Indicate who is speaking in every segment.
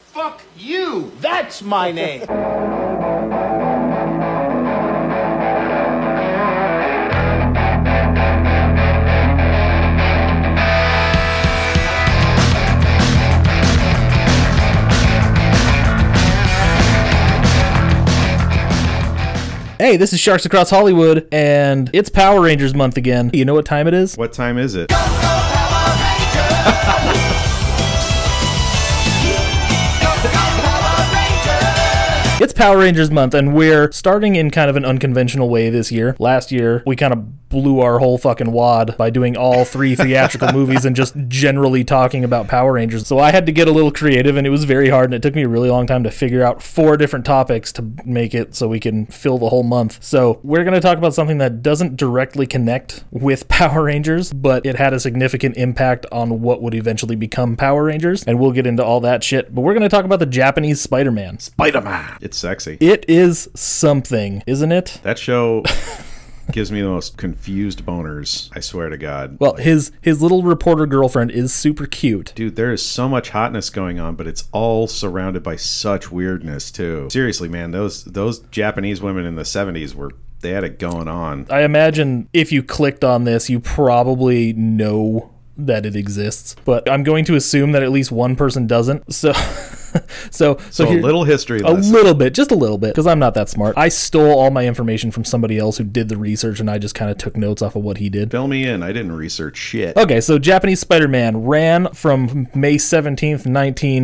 Speaker 1: Fuck you! That's my name!
Speaker 2: Hey, this is Sharks Across Hollywood, and it's Power Rangers month again. You know what time it is?
Speaker 3: What time is it?
Speaker 2: It's Power Rangers month, and we're starting in kind of an unconventional way this year. Last year, we kind of blew our whole fucking wad by doing all three theatrical movies and just generally talking about Power Rangers. So I had to get a little creative, and it was very hard, and it took me a really long time to figure out four different topics to make it so we can fill the whole month. So we're going to talk about something that doesn't directly connect with Power Rangers, but it had a significant impact on what would eventually become Power Rangers, and we'll get into all that shit. But we're going to talk about the Japanese Spider Man.
Speaker 3: It's sexy.
Speaker 2: It is something, isn't it?
Speaker 3: That show gives me the most confused boners. I swear to God.
Speaker 2: Well, his his little reporter girlfriend is super cute.
Speaker 3: Dude, there is so much hotness going on, but it's all surrounded by such weirdness too. Seriously, man, those those Japanese women in the '70s were they had it going on.
Speaker 2: I imagine if you clicked on this, you probably know that it exists, but I'm going to assume that at least one person doesn't. So so so,
Speaker 3: So a
Speaker 2: here-
Speaker 3: little history
Speaker 2: a
Speaker 3: lesson.
Speaker 2: little bit, just a little bit, because I'm not that smart. I stole all my information from somebody else who did the research, and I just kind of took notes off of what he did.
Speaker 3: Fill me in. I didn't research shit.
Speaker 2: Okay, so Japanese Spider Man ran from May 17th,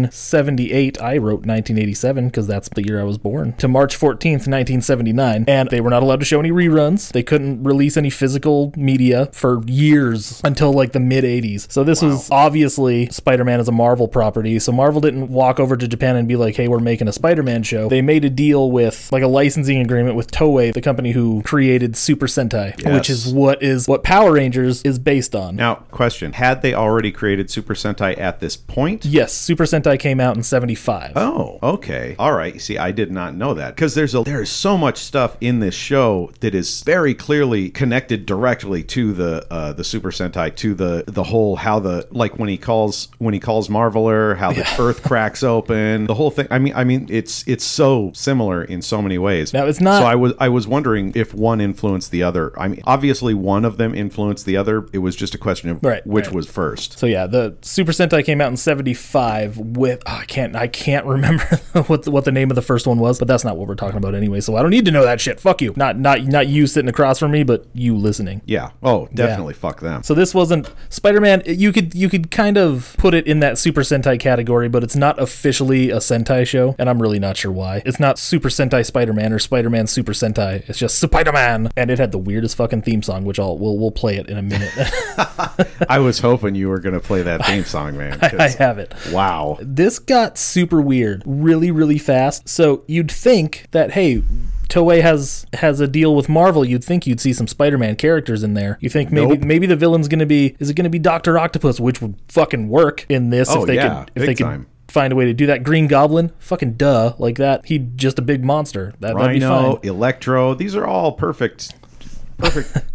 Speaker 2: 1978. I wrote 1987 because that's the year I was born, to March 14th, 1979. And they were not allowed to show any reruns. They couldn't release any physical media for years until like the mid 80s. So this was obviously Spider Man is a Marvel property. So Marvel didn't walk over to Japan and be like, hey, we're making a Spider Man show. They made a deal with like a licensing agreement with Toei, the company who created Super Sentai, which
Speaker 3: Yes.
Speaker 2: is what is what Power Rangers is based on.
Speaker 3: Now, question: Had they already created Super Sentai at this point?
Speaker 2: Yes, Super Sentai came out in 75.
Speaker 3: Oh, okay. All right. See, I did not know that because there's a there's so much stuff in this show that is very clearly connected directly to the uh, the Super Sentai, to the the whole how the like when he calls when he calls Marveler, how the Earth cracks open, the whole thing. I mean, I mean, it's it's so similar in so many ways.
Speaker 2: Now, it's not-
Speaker 3: So I was I was wondering if one influenced the other. I mean, obviously one of them influenced the other. It was just a question of
Speaker 2: Right,
Speaker 3: which
Speaker 2: right.
Speaker 3: was first.
Speaker 2: So yeah, the Super Sentai came out in 75 with oh, I can't I can't remember what the, what the name of the first one was, but that's not what we're talking about anyway, so I don't need to know that shit. Fuck you. Not not not you sitting across from me, but you listening.
Speaker 3: Yeah. Oh, definitely. Fuck them.
Speaker 2: So this wasn't Spider-Man. You could you could kind of put it in that Super Sentai category, but it's not officially a Sentai show, and I'm really not sure why. It's not Super Sentai Spider-Man or Spider-Man Super Sentai. It's just Spider-Man, and it had the weirdest fucking theme song, which I'll we'll, we'll play it in a minute.
Speaker 3: I was hoping you were going to play that theme song, man. 'cause-
Speaker 2: I have it.
Speaker 3: wow.
Speaker 2: This got super weird really, really fast. So you'd think that, hey, Toei has has a deal with Marvel. You'd think you'd see some Spider-Man characters in there. You think maybe
Speaker 3: Nope.
Speaker 2: maybe the villain's gonna be is it gonna be Doctor Octopus, which would fucking work in this
Speaker 3: Oh,
Speaker 2: if they
Speaker 3: yeah,
Speaker 2: could if
Speaker 3: big
Speaker 2: they could
Speaker 3: time.
Speaker 2: find a way to do that. Green Goblin, fucking duh, like that. He just a big monster. That, that'd be fine.
Speaker 3: Rhino, Electro, these are all perfect, perfect,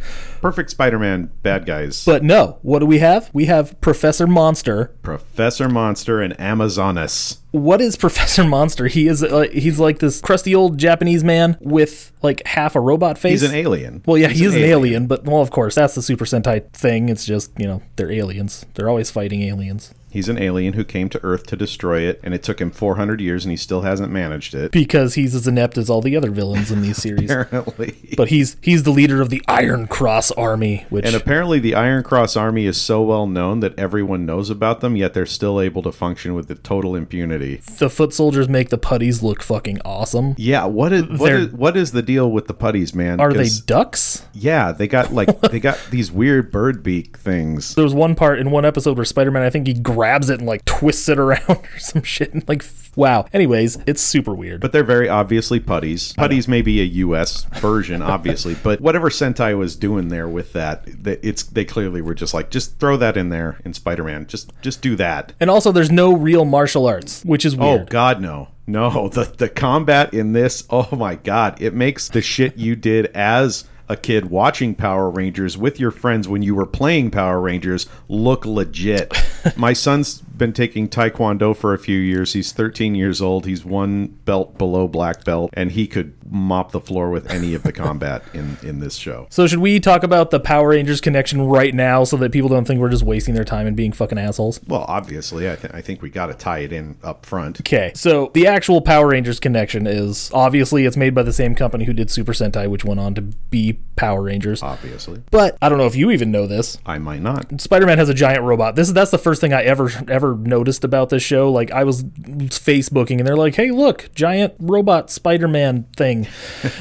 Speaker 3: perfect Spider-Man bad guys.
Speaker 2: But no, what do we have? We have Professor Monster,
Speaker 3: Professor Monster and Amazonas.
Speaker 2: what is Professor Monster? He is uh, he's like this crusty old Japanese man with like half a robot face.
Speaker 3: He's an alien.
Speaker 2: Well, yeah,
Speaker 3: He's
Speaker 2: he
Speaker 3: an
Speaker 2: is an alien.
Speaker 3: alien.
Speaker 2: but well, of course, that's the Super Sentai thing. It's just you know they're aliens. They're always fighting aliens
Speaker 3: He's an alien who came to Earth to destroy it, and it took him 400 years, and he still hasn't managed it.
Speaker 2: because he's as inept as all the other villains in these series.
Speaker 3: Apparently.
Speaker 2: But he's he's the leader of the Iron Cross Army, which
Speaker 3: And apparently, the Iron Cross Army is so well known that everyone knows about them, yet they're still able to function with the total impunity.
Speaker 2: the foot soldiers make the putties look fucking awesome.
Speaker 3: Yeah, what is what
Speaker 2: They're-
Speaker 3: is, what is the deal with the putties, man?
Speaker 2: Are they
Speaker 3: 'Cause-
Speaker 2: ducks?
Speaker 3: Yeah, they got like they got these weird bird beak things.
Speaker 2: There was one part in one episode where Spider-Man, I think he grabs it and like twists it around or some shit. Like, wow. Anyways, it's super weird.
Speaker 3: But they're very obviously putties. Putties may be a U.S. version, obviously, but whatever Sentai was doing there with that, th- it's they clearly were just like, just throw that in there in Spider-Man. Just just do that.
Speaker 2: And also, there's no real martial arts, which is
Speaker 3: Oh
Speaker 2: weird.
Speaker 3: God, no, no. The the combat in this, oh my God, it makes the shit you did as a kid watching Power Rangers with your friends when you were playing Power Rangers look legit. My son's been taking Taekwondo for a few years. He's 13 years old. He's one belt below black belt, and he could mop the floor with any of the combat in, in this show.
Speaker 2: So should we talk about the Power Rangers connection right now so that people don't think we're just wasting their time and being fucking assholes?
Speaker 3: Well, obviously, I, th- I think we got to tie it in up front.
Speaker 2: Okay, so the actual Power Rangers connection is obviously it's made by the same company who did Super Sentai, which went on to be Power Rangers.
Speaker 3: Obviously,
Speaker 2: But I don't know if you even know this.
Speaker 3: I might not.
Speaker 2: Spider-Man has a giant robot. This is that's the first thing I ever ever noticed about this show. Like I was Facebooking and they're like, "Hey, look, giant robot Spider-Man thing."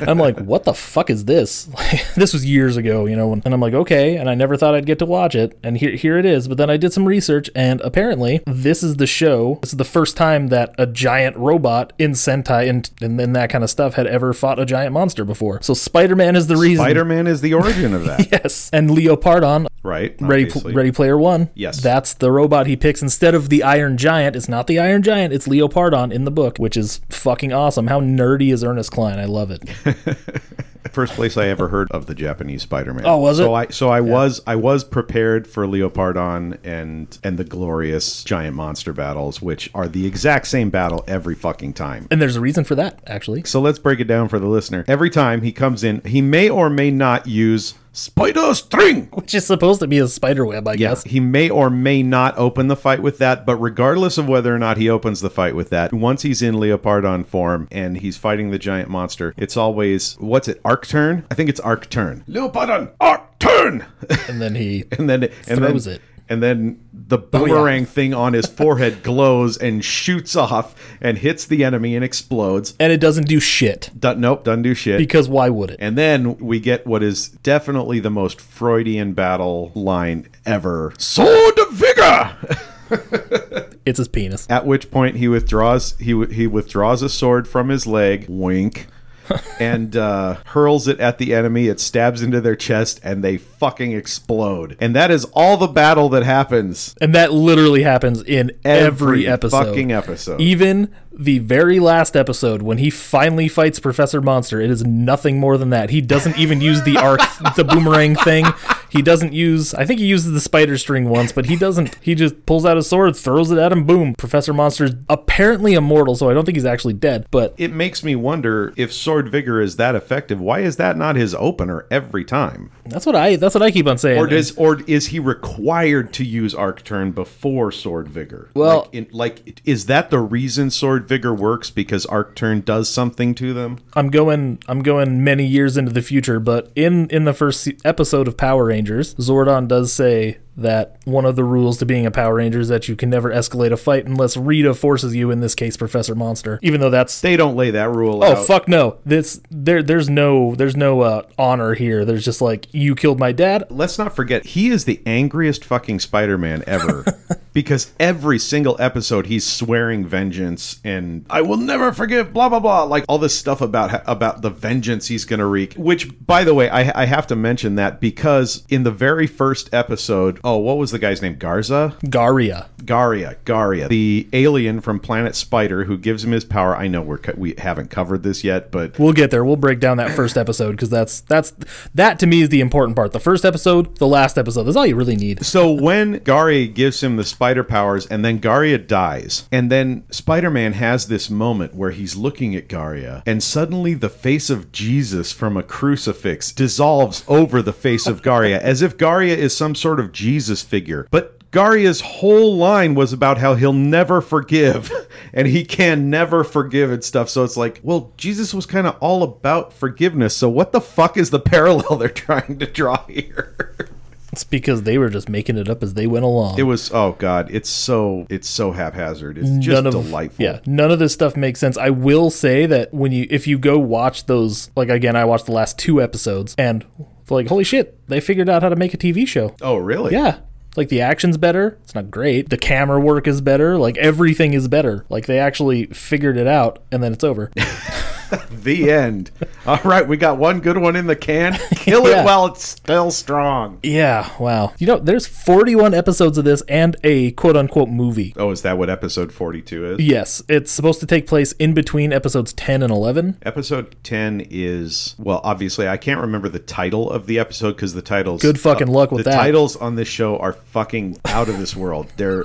Speaker 2: I'm like, "What the fuck is this?" Like, this was years ago, you know. And I'm like, "Okay," and I never thought I'd get to watch it, and here here it is. But then I did some research, and apparently this is the show. This is the first time that a giant robot in Sentai and and, and that kind of stuff had ever fought a giant monster before. So Spider-Man is the reason.
Speaker 3: Spider Man is the origin of that,
Speaker 2: Yes, and Leopardon
Speaker 3: right?
Speaker 2: Ready,
Speaker 3: Obviously.
Speaker 2: Ready Player One.
Speaker 3: Yes.
Speaker 2: that's the robot he picks instead of the Iron Giant. It's not the Iron Giant. It's Leopardon in the book, which is fucking awesome. How nerdy is Ernest Klein? I love it.
Speaker 3: First place I ever heard of the Japanese Spider-Man.
Speaker 2: Oh, was it?
Speaker 3: So I so I was I was prepared for Leopardon and and the glorious giant monster battles, which are the exact same battle every fucking time.
Speaker 2: and there's a reason for that, actually.
Speaker 3: So let's break it down for the listener. Every time he comes in, he may or may not use spider string.
Speaker 2: Which is supposed to be a spider web, I guess.
Speaker 3: He may or may not open the fight with that, but regardless of whether or not he opens the fight with that, once he's in Leopardon form and he's fighting the giant monster, it's always what's it, Arcturn? I think it's Arcturn. Leopardon Arcturn
Speaker 2: And then he
Speaker 3: and then and
Speaker 2: Throws
Speaker 3: then,
Speaker 2: it. Oh,
Speaker 3: And then the boomerang thing on his forehead glows and shoots off and hits the enemy and explodes.
Speaker 2: and it doesn't do shit
Speaker 3: Dun- nope, doesn't do shit.
Speaker 2: because why would it?
Speaker 3: And then we get what is definitely the most Freudian battle line ever. Sword of vigor.
Speaker 2: It's his penis.
Speaker 3: At which point he withdraws he wi- he withdraws a sword from his leg. Wink. and uh, hurls it at the enemy. It stabs into their chest, and they fucking explode. And that is all the battle that happens.
Speaker 2: And that literally happens in every,
Speaker 3: Every
Speaker 2: episode.
Speaker 3: fucking episode.
Speaker 2: Even the very last episode when he finally fights Professor Monster, it is nothing more than that. He doesn't even use the arc the boomerang thing. He doesn't use I think he uses the spider string once, but he doesn't he just pulls out his sword, throws it at him, boom. Professor Monster is apparently immortal, so I don't think he's actually dead, but
Speaker 3: it makes me wonder if sword vigor is that effective why is that not his opener every time
Speaker 2: that's what I that's what I keep on saying.
Speaker 3: or does or is he required to use arc turn before sword vigor
Speaker 2: Well-
Speaker 3: like, in, like is that the reason sword vigor works because arc turn does something to them
Speaker 2: I'm going I'm going many years into the future, but in in the first se- episode of Power Rangers, Zordon does say that one of the rules to being a Power Ranger is that you can never escalate a fight unless Rita forces you. In this case, Professor Monster. Even though that's
Speaker 3: they don't lay that rule
Speaker 2: oh
Speaker 3: out
Speaker 2: fuck no, this there there's no there's no uh, honor here. There's just like you killed my dad.
Speaker 3: let's not forget he is the angriest fucking spider-man ever because every single episode he's swearing vengeance and i will never forgive blah blah blah like all this stuff about about the vengeance he's gonna wreak which by the way i, I have to mention that because in the very first episode oh what was the guy's name garza
Speaker 2: Garia.
Speaker 3: Garia, Garia, the alien from Planet Spider who gives him his power. I know we're co- we haven't covered this yet, but
Speaker 2: We'll get there. We'll break down that first episode because that's that's that to me is the important part. The first episode, the last episode. That's all you really need.
Speaker 3: So when Garia gives him the spider powers and then Garia dies, and then Spider Man has this moment where he's looking at Garia, and suddenly the face of Jesus from a crucifix dissolves over the face of Garia as if Garia is some sort of Jesus figure. But Garia's whole line was about how he'll never forgive and he can never forgive and stuff. So it's like, well, Jesus was kind of all about forgiveness. So what the fuck is the parallel they're trying to draw here?
Speaker 2: It's because they were just making it up as they went along.
Speaker 3: It was oh god, it's so it's so haphazard. It's just delightful.
Speaker 2: Yeah, none of this stuff makes sense. I will say that when you if you go watch those, like again, I watched the last two episodes and like holy shit, they figured out how to make a TV show.
Speaker 3: Oh really?
Speaker 2: Yeah. Like the action's better. It's not great. The camera work is better. Like everything is better. Like they actually figured it out and then it's over.
Speaker 3: the end. All right, we got one good one in the can. Kill
Speaker 2: Yeah.
Speaker 3: it while it's still strong.
Speaker 2: Yeah, wow. You know, there's 41 episodes of this and a quote unquote movie.
Speaker 3: Oh, is that what episode 42 is?
Speaker 2: Yes, it's supposed to take place in between episodes 10 and 11.
Speaker 3: Episode 10 is, well, obviously, I can't remember the title of the episode because the titles.
Speaker 2: Good fucking
Speaker 3: uh,
Speaker 2: luck with
Speaker 3: the
Speaker 2: that.
Speaker 3: titles on this show are fucking out of this world. They're.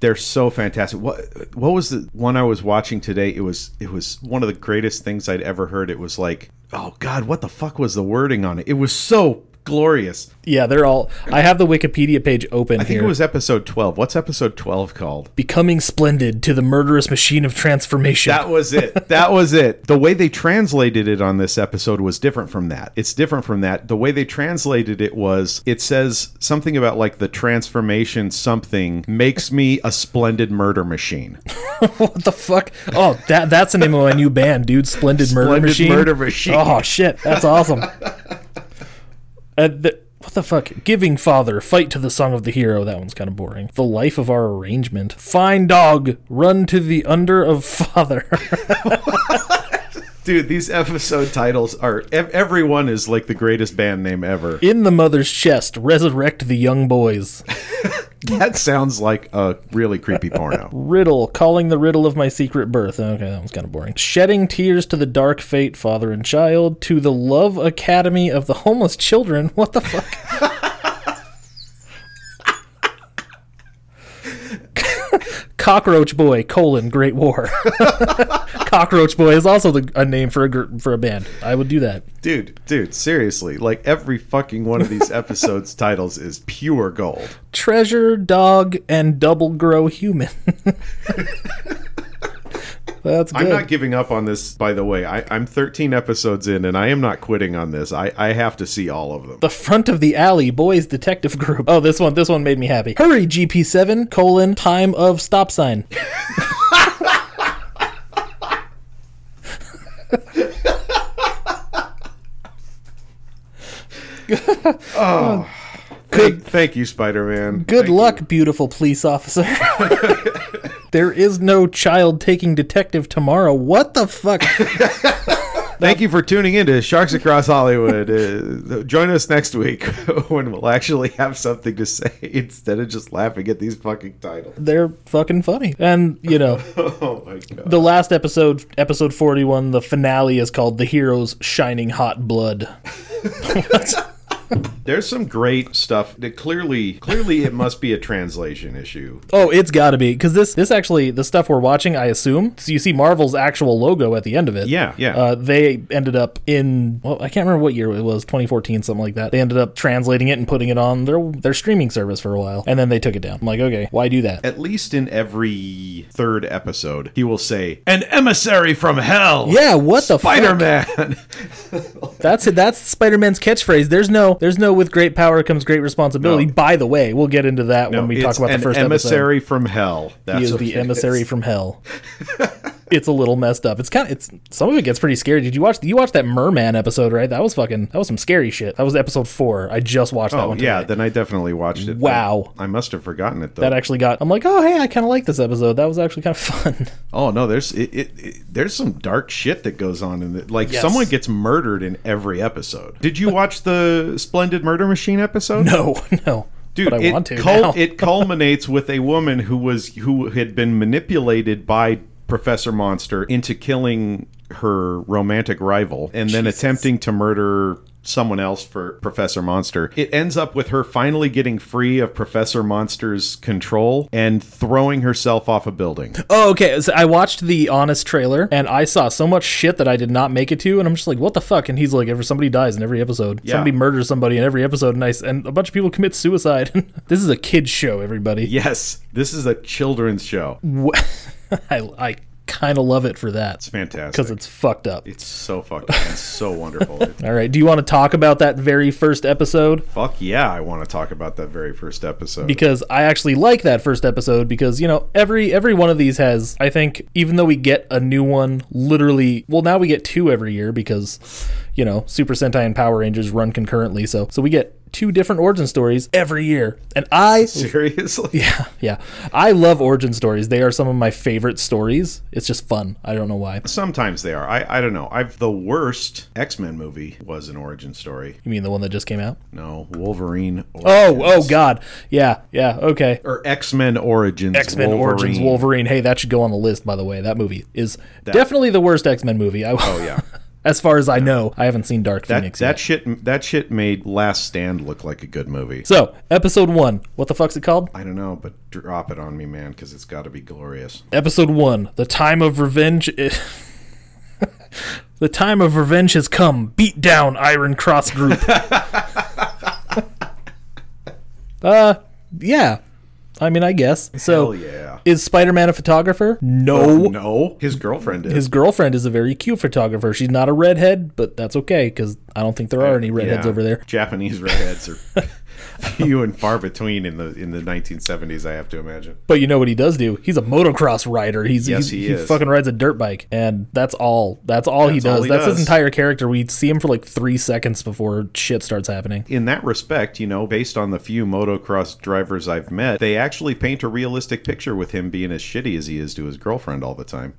Speaker 3: They're so fantastic. What what was the one I was watching today? It was it was one of the greatest things I'd ever heard. It was like, oh god, what the fuck was the wording on it? It was so glorious.
Speaker 2: Yeah, they're all. I have the Wikipedia page open
Speaker 3: I think
Speaker 2: here.
Speaker 3: it was episode 12. What's episode 12 called?
Speaker 2: Becoming splendid to the murderous machine of transformation.
Speaker 3: That was it. That was it. The way they translated it on this episode was different from that. It's different from that. The way they translated it was it says something about like the transformation something makes me a splendid murder machine.
Speaker 2: what the fuck? Oh, that that's the name of my new band, dude. Splendid, Murder
Speaker 3: Splendid
Speaker 2: Machine.
Speaker 3: Murder Machine.
Speaker 2: Oh shit, that's awesome. Uh, the, what the fuck? Giving Father, Fight to the Song of the Hero. That one's kind of boring. The Life of Our Arrangement. Fine Dog, Run to the Under of Father.
Speaker 3: Dude, these episode titles are ev- everyone is like the greatest band name ever.
Speaker 2: In the Mother's Chest, Resurrect the Young Boys.
Speaker 3: That sounds like a really creepy porno.
Speaker 2: Riddle, Calling the Riddle of My Secret Birth. Okay, that one's kind of boring. Shedding Tears to the Dark Fate, Father and Child. To the Love Academy of the Homeless Children. What the fuck? Cockroach Boy: colon Great War. Cockroach Boy is also the, a name for a gr- for a band. I would do that.
Speaker 3: Dude, dude, seriously. Like every fucking one of these episodes titles is pure gold.
Speaker 2: Treasure Dog and Double Grow Human. That's good.
Speaker 3: I'm not giving up on this, by the way. I, I'm 13 episodes in, and I am not quitting on this. I, I have to see all of them.
Speaker 2: The front of the alley boys detective group. Oh, this one, this one made me happy. Hurry, GP7 colon time of stop sign.
Speaker 3: Thank, thank you, Spider Man.
Speaker 2: Good luck, beautiful police officer. there is no child taking detective tomorrow. What the fuck?
Speaker 3: Thank you for tuning in to Sharks Across Hollywood. Uh, join us next week when we'll actually have something to say instead of just laughing at these fucking titles.
Speaker 2: They're fucking funny. And you know,
Speaker 3: Oh my god.
Speaker 2: the last episode, episode forty-one, the finale is called "The Hero's Shining Hot Blood."
Speaker 3: There's some great stuff. That clearly, clearly, it must be a translation issue.
Speaker 2: Oh, it's got to be because this this actually the stuff we're watching. I assume so. You see Marvel's actual logo at the end of it.
Speaker 3: Yeah, yeah.
Speaker 2: Uh, they ended up in well, I can't remember what year it was, 2014, something like that. They ended up translating it and putting it on their their streaming service for a while, and then they took it down. I'm like, okay, why do that?
Speaker 3: At least in every third episode, he will say, "An emissary from hell."
Speaker 2: Yeah, what the fuck?
Speaker 3: Spider Man.
Speaker 2: That's it. That's Spider Man's catchphrase. There's no, there's no. With great power comes great responsibility.
Speaker 3: No.
Speaker 2: By the way, we'll get into that when we talk
Speaker 3: It's
Speaker 2: about the
Speaker 3: an
Speaker 2: first episode.
Speaker 3: emissary from hell. That's
Speaker 2: He is
Speaker 3: what
Speaker 2: the
Speaker 3: it
Speaker 2: emissary
Speaker 3: is.
Speaker 2: from hell. it's a little messed up. It's kind of it's some of it gets pretty scary. Did you watch you watched that Merman episode, right? That was fucking that was some scary shit. That was episode 4. I just watched that
Speaker 3: Oh
Speaker 2: one.
Speaker 3: yeah,
Speaker 2: today.
Speaker 3: then I definitely watched it.
Speaker 2: Wow.
Speaker 3: I, I must have forgotten it though.
Speaker 2: that actually got I'm like, "Oh, hey, I kind of like this episode. That was actually kind of fun."
Speaker 3: oh no, there's it, it, it- there's some dark shit that goes on in the, like
Speaker 2: Yes.
Speaker 3: someone gets murdered in every episode. Did you watch the Splendid Murder Machine episode?
Speaker 2: no, no.
Speaker 3: Dude,
Speaker 2: but I
Speaker 3: it,
Speaker 2: want to.
Speaker 3: cul-
Speaker 2: now.
Speaker 3: it culminates with a woman who was who had been manipulated by Professor Monster into killing her romantic rival and then attempting to murder someone else for Professor Monster. It ends up with her finally getting free of Professor Monster's control and throwing herself off a building.
Speaker 2: Oh, okay. So I watched the Honest trailer and I saw so much shit that I did not make it to, and I'm just like, what the fuck? And he's like, every somebody dies in every episode.
Speaker 3: Yeah.
Speaker 2: Somebody murders somebody in every episode, and I s and a bunch of people commit suicide. this is a kids show, everybody.
Speaker 3: Yes, this is a children's show.
Speaker 2: Wh- I, I kind of love it for that
Speaker 3: It's fantastic.
Speaker 2: because it's fucked up.
Speaker 3: it's so fucked up and so wonderful.
Speaker 2: All right. Do you want to talk about that very first episode?
Speaker 3: Fuck yeah, I want to talk about that very first episode.
Speaker 2: Because I actually like that first episode because you know every every one of these has I think even though we get a new one literally well now we get two every year because you know, Super Sentai and Power Rangers run concurrently. So so we get two different origin stories every year. And I
Speaker 3: Seriously?
Speaker 2: yeah, yeah. I love origin stories. They are some of my favorite stories. It's just fun. I don't know why.
Speaker 3: Sometimes they are. I, I don't know. I've the worst X Men movie was an origin story.
Speaker 2: You mean the one that just came out?
Speaker 3: No, Wolverine.
Speaker 2: Oh,
Speaker 3: Origins.
Speaker 2: oh god. Yeah, yeah, okay.
Speaker 3: Or X Men Origins.
Speaker 2: X Men Origins Wolverine. Hey, that should go on the list, by the way. That movie is
Speaker 3: That-
Speaker 2: definitely the worst X Men movie. I, oh
Speaker 3: yeah.
Speaker 2: as far as I know, I haven't seen Dark
Speaker 3: That,
Speaker 2: Phoenix
Speaker 3: that
Speaker 2: yet.
Speaker 3: shit. That shit made Last Stand look like a good movie.
Speaker 2: So, episode one. What the fuck's it called?
Speaker 3: I don't know, but drop it on me, man, because it's got to be glorious.
Speaker 2: Episode one. The time of revenge. i- the time of revenge has come. Beat down Iron Cross Group. uh, Uh, yeah. I mean, I guess. So,
Speaker 3: Hell yeah.
Speaker 2: is Spider Man a photographer?
Speaker 3: Um,
Speaker 2: No.
Speaker 3: No, his girlfriend is.
Speaker 2: his girlfriend is a very cute photographer. She's not a redhead, but that's okay because I don't think there are any redheads
Speaker 3: Yeah.
Speaker 2: over there.
Speaker 3: Japanese redheads are few and far between in the in the 1970s. I have to imagine.
Speaker 2: But you know what he does do? He's a motocross rider. He's, he's-
Speaker 3: Yes, he
Speaker 2: he,
Speaker 3: is.
Speaker 2: fucking rides a dirt bike, and that's all. That's all he
Speaker 3: That's all
Speaker 2: does.
Speaker 3: he
Speaker 2: that's
Speaker 3: does.
Speaker 2: his entire character. We see him for like three seconds before shit starts happening.
Speaker 3: In that respect, you know, based on the few motocross drivers I've met, they actually paint a realistic picture with him being as shitty as he is to his girlfriend all the time.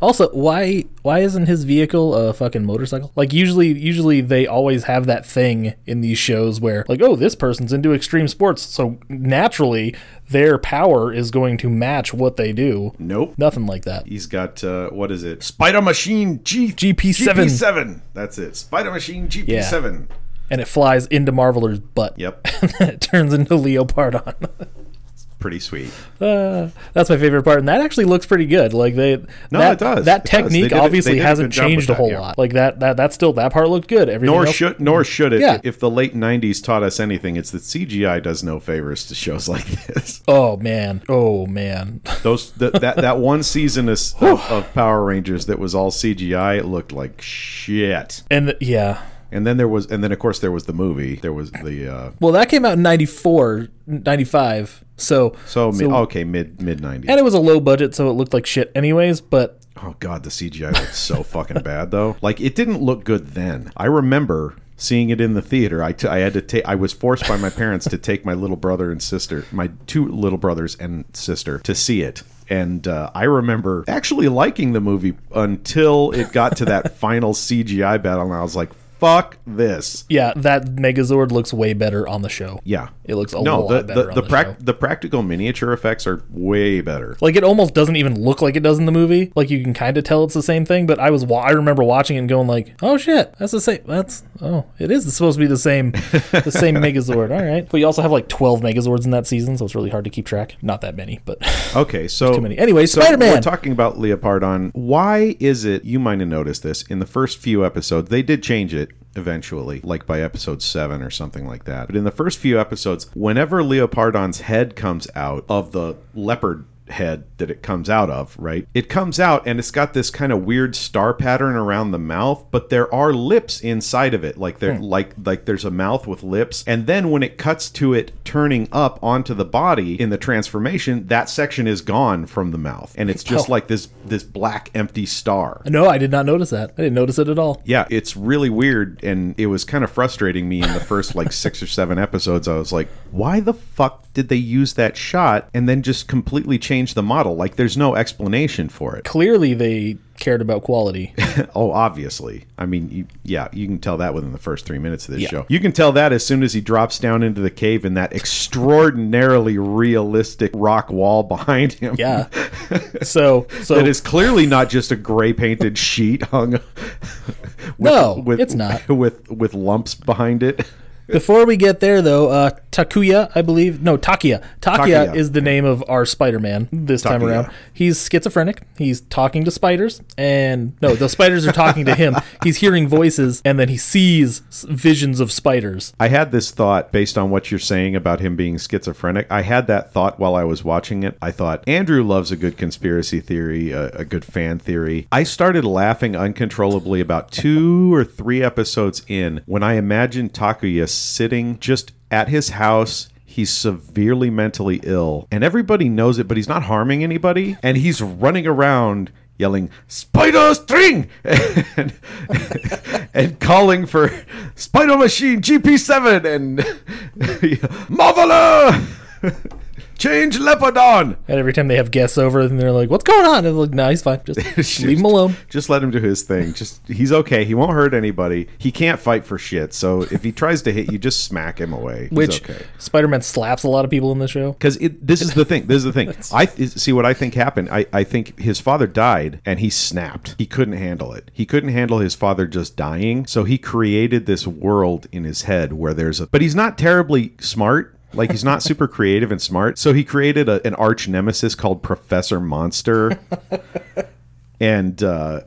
Speaker 2: Also, why why isn't his vehicle a fucking motorcycle? Like usually, usually they always have that thing in these shows where like, oh, this person's into extreme sports, so naturally their power is going to match what they do.
Speaker 3: Nope.
Speaker 2: Nothing like that.
Speaker 3: He's got uh, what is it? Spider Machine G
Speaker 2: GP7.
Speaker 3: GP7. That's it. Spider Machine GP7.
Speaker 2: and it flies into Marveler's butt.
Speaker 3: Yep.
Speaker 2: and then it turns into Leopardon.
Speaker 3: Pretty sweet.
Speaker 2: uh, that's my favorite part, and that actually looks pretty good. Like they,
Speaker 3: No,
Speaker 2: that,
Speaker 3: it does.
Speaker 2: That
Speaker 3: It does. They
Speaker 2: technique
Speaker 3: did a- they
Speaker 2: obviously
Speaker 3: did a
Speaker 2: hasn't
Speaker 3: good job with
Speaker 2: changed a
Speaker 3: that,
Speaker 2: whole
Speaker 3: yeah.
Speaker 2: lot. Like that, that that still that part looked good. Everything
Speaker 3: Nor
Speaker 2: else-
Speaker 3: should nor should it.
Speaker 2: Yeah.
Speaker 3: If the late '90s taught us anything, it's that CGI does no favors to shows like this.
Speaker 2: Oh man, oh man.
Speaker 3: Those th- that that one season is, of, of Power Rangers that was all CGI it looked like shit.
Speaker 2: And the, yeah,
Speaker 3: And then there was, and then of course there was the movie. There was the uh,
Speaker 2: well, that came out in 94, 95, So
Speaker 3: so, mi- okay mid mid
Speaker 2: and
Speaker 3: '90s.
Speaker 2: it was a low budget, so it looked like shit, anyways. But
Speaker 3: Oh god, the CGI looked so fucking bad though. Like it didn't look good then. I remember seeing it in the theater. I, t- I had to take. I was forced by my parents to take my little brother and sister, my two little brothers and sister, to see it. And uh, I remember actually liking the movie until it got to that final CGI battle, and I was like, "Fuck this."
Speaker 2: yeah, that Megazord looks way better on the show.
Speaker 3: Yeah,
Speaker 2: It looks a
Speaker 3: no.
Speaker 2: lot
Speaker 3: the
Speaker 2: better
Speaker 3: the
Speaker 2: on
Speaker 3: the,
Speaker 2: the
Speaker 3: prac-
Speaker 2: show.
Speaker 3: the practical miniature effects are way better.
Speaker 2: Like it almost doesn't even look like it does in the movie. Like you can kind of tell it's the same thing. But I was wa- I remember watching it and going like, oh shit, that's the same. That's oh, it is supposed to be the same, the same Megazord. All right, but you also have like twelve Megazords in that season, so it's really hard to keep track. Not that many, but
Speaker 3: Okay, so
Speaker 2: too many. Anyway,
Speaker 3: so
Speaker 2: Spider-Man.
Speaker 3: We're talking about Leopardon. Why is it? You might have noticed this in the first few episodes. They did change it eventually, like by episode seven or something like that. But in the first few episodes, whenever Leopardon's head comes out of the leopard head that it comes out of, right? It comes out and it's got this kind of weird star pattern around the mouth, but there are lips inside of it. Like there like like there's a mouth with lips. And then when it cuts to it turning up onto the body in the transformation, that section is gone from the mouth. And it's just
Speaker 2: Oh.
Speaker 3: like this this black empty star.
Speaker 2: no, I did not notice that. I didn't notice it at all.
Speaker 3: Yeah, it's really weird and it was kind of frustrating me in the first like 6 or 7 episodes. I was like, "Why the fuck did they use that shot and then just completely change the model? Like there's no explanation for it."
Speaker 2: Clearly, they cared about quality.
Speaker 3: Oh, obviously. I mean, you, yeah, you can tell that within the first three minutes of this
Speaker 2: Yeah.
Speaker 3: show. You can tell that as soon as he drops down into the cave and that extraordinarily realistic rock wall behind him.
Speaker 2: Yeah. So so
Speaker 3: That is clearly not just a gray painted sheet hung. with-
Speaker 2: No, it's not.
Speaker 3: With with lumps behind it.
Speaker 2: Before we get there, though, uh, Takuya, I believe, no, Takia. Takia
Speaker 3: Takia.
Speaker 2: is the name of our Spider-Man this time
Speaker 3: Takia.
Speaker 2: around. He's schizophrenic. He's talking to spiders, and no, the spiders are talking to him. He's hearing voices, and then he sees s- visions of spiders.
Speaker 3: I had this thought based on what you're saying about him being schizophrenic. I had that thought while I was watching it. I thought, Andrew loves a good conspiracy theory, a, a good fan theory. I started laughing uncontrollably about two or three episodes in when I imagined Takuya sitting just at his house. He's severely mentally ill, and everybody knows it, but he's not harming anybody, and he's running around. yelling "Spider String" and, and calling for "Spider Machine GP7" and "Marvela." Change Leopardon.
Speaker 2: And every time they have guests over, and they're like, "What's going on?" And they're like, "No, he's fine. Just leave him alone."
Speaker 3: Just let him do his thing. Just he's okay. He won't hurt anybody. He can't fight for shit. So if he tries to hit you, just smack him away. He's
Speaker 2: Which
Speaker 3: okay.
Speaker 2: Spider-Man slaps a lot of people in the show.
Speaker 3: Because this is the thing. This is the thing. I th- see what I think happened. I, I think his father died and he snapped. He couldn't handle it. He couldn't handle his father just dying. So he created this world in his head where there's a. But he's not terribly smart. Like he's not super creative and smart. So he created a, an arch nemesis called Professor Monster. and uh,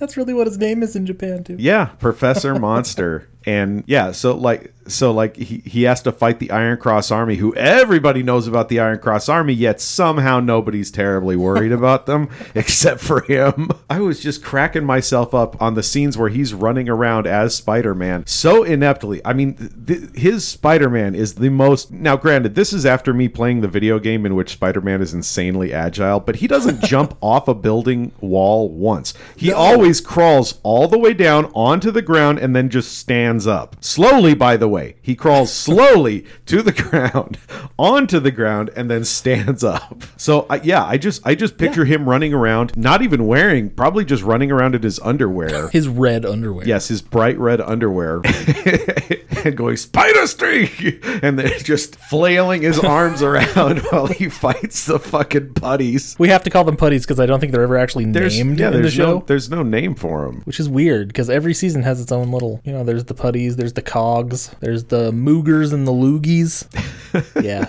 Speaker 2: That's really what his name is in Japan too.
Speaker 3: yeah, Professor Monster. And yeah, so like so like he, he has to fight the Iron Cross Army, who everybody knows about the Iron Cross Army, yet somehow nobody's terribly worried about them except for him. I was just cracking myself up on the scenes where he's running around as Spider-Man so ineptly. I mean, th- his Spider-Man is the most Now granted, this is after me playing the video game in which Spider-Man is insanely agile, but he doesn't jump off a building wall once. He always crawls all the way down onto the ground and then just stands up. Slowly, by the way. He crawls slowly to the ground, onto the ground, and then stands up. So I, yeah, I just I just picture him running around, not even wearing, probably just running around in his underwear.
Speaker 2: His red underwear.
Speaker 3: Yes, his bright red underwear and going spider streak and then just flailing his arms around while he fights the fucking putties.
Speaker 2: We have to call them putties because I don't think they're ever actually
Speaker 3: There's,
Speaker 2: named
Speaker 3: yeah,
Speaker 2: in the
Speaker 3: there's
Speaker 2: show.
Speaker 3: no there's no name for him.
Speaker 2: which is weird because every season has its own little you know there's the putties there's the cogs there's the moogers and the loogies yeah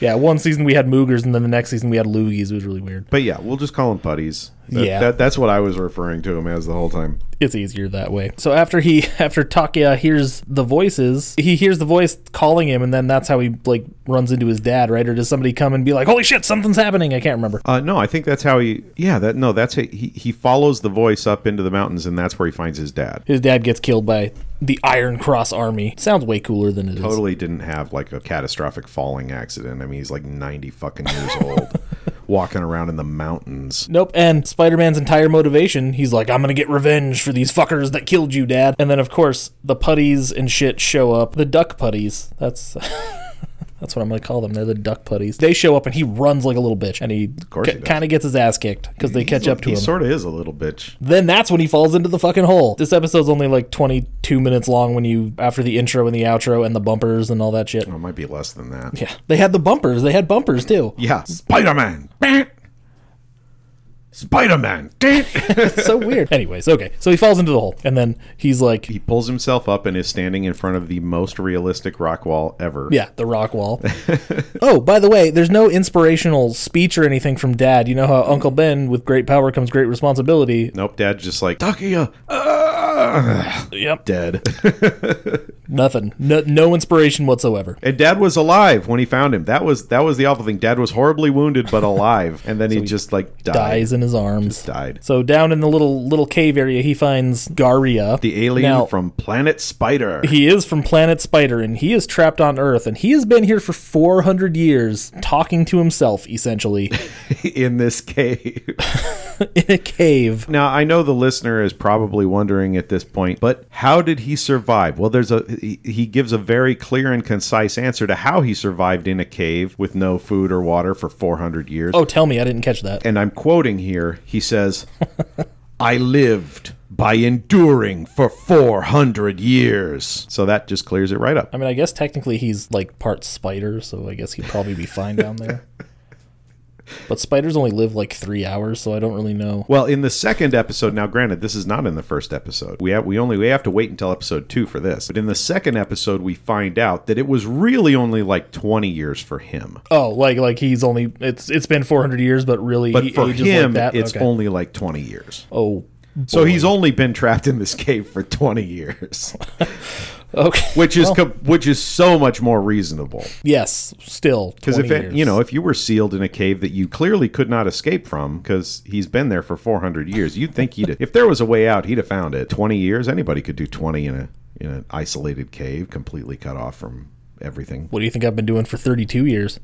Speaker 2: yeah one season we had moogers and then the next season we had loogies it was really weird
Speaker 3: But yeah, we'll just call him putties. That-
Speaker 2: Yeah.
Speaker 3: that, that's what I was referring to him as the whole time.
Speaker 2: it's easier that way so after he after takia hears the voices he hears the voice calling him and then that's how he like runs into his dad right or does somebody come and be like holy shit something's happening i can't remember
Speaker 3: Uh, no, I think that's how he. Yeah, that no, that's how he. He follows the voice up into the mountains, and that's where he finds his dad.
Speaker 2: his dad gets killed by the iron cross army sounds way cooler than it is.
Speaker 3: Totally didn't have like a catastrophic falling accident. I mean, he's like ninety fucking years old, walking around in the mountains.
Speaker 2: Nope. And Spider Man's entire motivation, he's like, I'm going to get revenge for these fuckers that killed you, Dad. And then, of course, the putties and shit show up. The duck putties. That's. That's what I'm going to call them. They're the duck putties. They show up and he runs like a little bitch and he,
Speaker 3: course he does.
Speaker 2: kind of gets his ass kicked because they catch up to
Speaker 3: he
Speaker 2: him.
Speaker 3: sort of is a little bitch.
Speaker 2: then that's when he falls into the fucking hole. This episode's only like 22 minutes long when you, after the intro and the outro and the bumpers and all that shit.
Speaker 3: Well, it might be less than that.
Speaker 2: Yeah. They had the bumpers. They had bumpers too.
Speaker 3: Yeah, Spider Man. Spider Man.
Speaker 2: It's so weird. Anyways, okay. So he falls into the hole and then he's like,
Speaker 3: he pulls himself up and is standing in front of the most realistic rock wall ever.
Speaker 2: Yeah, the rock wall. oh, by the way, there's no inspirational speech or anything from Dad. You know how Uncle Ben, with great power comes great responsibility.
Speaker 3: Nope, Dad's just like Takia. ah,"
Speaker 2: Yep,
Speaker 3: dead.
Speaker 2: nothing. No, no inspiration whatsoever.
Speaker 3: And dad was alive when he found him. That was that was the awful thing. Dad was horribly wounded but alive, and then he, just like died.
Speaker 2: Dies in his arms.
Speaker 3: died.
Speaker 2: So down in the little little cave area, he finds Garia,
Speaker 3: The alien
Speaker 2: Now-
Speaker 3: from Planet Spider.
Speaker 2: He is from planet Spider, and he is trapped on Earth, and he has been here for 400 years, talking to himself essentially
Speaker 3: in this cave.
Speaker 2: in a cave.
Speaker 3: now I know the listener is probably wondering at this point, but how did he survive? Well, there's a he, he gives a very clear and concise answer to how he survived in a cave with no food or water for 400 years.
Speaker 2: Oh, tell me, I didn't catch that.
Speaker 3: and I'm quoting here, he says, I lived by enduring for 400 years. So that just clears it right up.
Speaker 2: I mean, I guess technically he's like part spider, so I guess he'd probably be fine down there. But spiders only live like three hours, so I don't really know.
Speaker 3: Well, in the second episode, now granted, this is not in the first episode. We have, we only we have to wait until episode 2 for this. But in the second episode, we find out that it was really only like 20 years for him.
Speaker 2: Oh, like like he's only it's it's been 400 years, but really
Speaker 3: But
Speaker 2: he
Speaker 3: for
Speaker 2: ages
Speaker 3: him,
Speaker 2: like that.
Speaker 3: it's
Speaker 2: Okay.
Speaker 3: only like 20 years.
Speaker 2: oh
Speaker 3: So he's only been trapped in this cave for 20 years,
Speaker 2: okay.
Speaker 3: which is com- which is so much more reasonable.
Speaker 2: yes, still
Speaker 3: Because if
Speaker 2: 20
Speaker 3: it,
Speaker 2: years.
Speaker 3: you know, if you were sealed in a cave that you clearly could not escape from, because he's been there for 400 years, you'd think he'd. if there was a way out, he'd have found it. 20 years, anybody could do 20 in a in an isolated cave, completely cut off from everything.
Speaker 2: what do you think I've been doing for 32 years?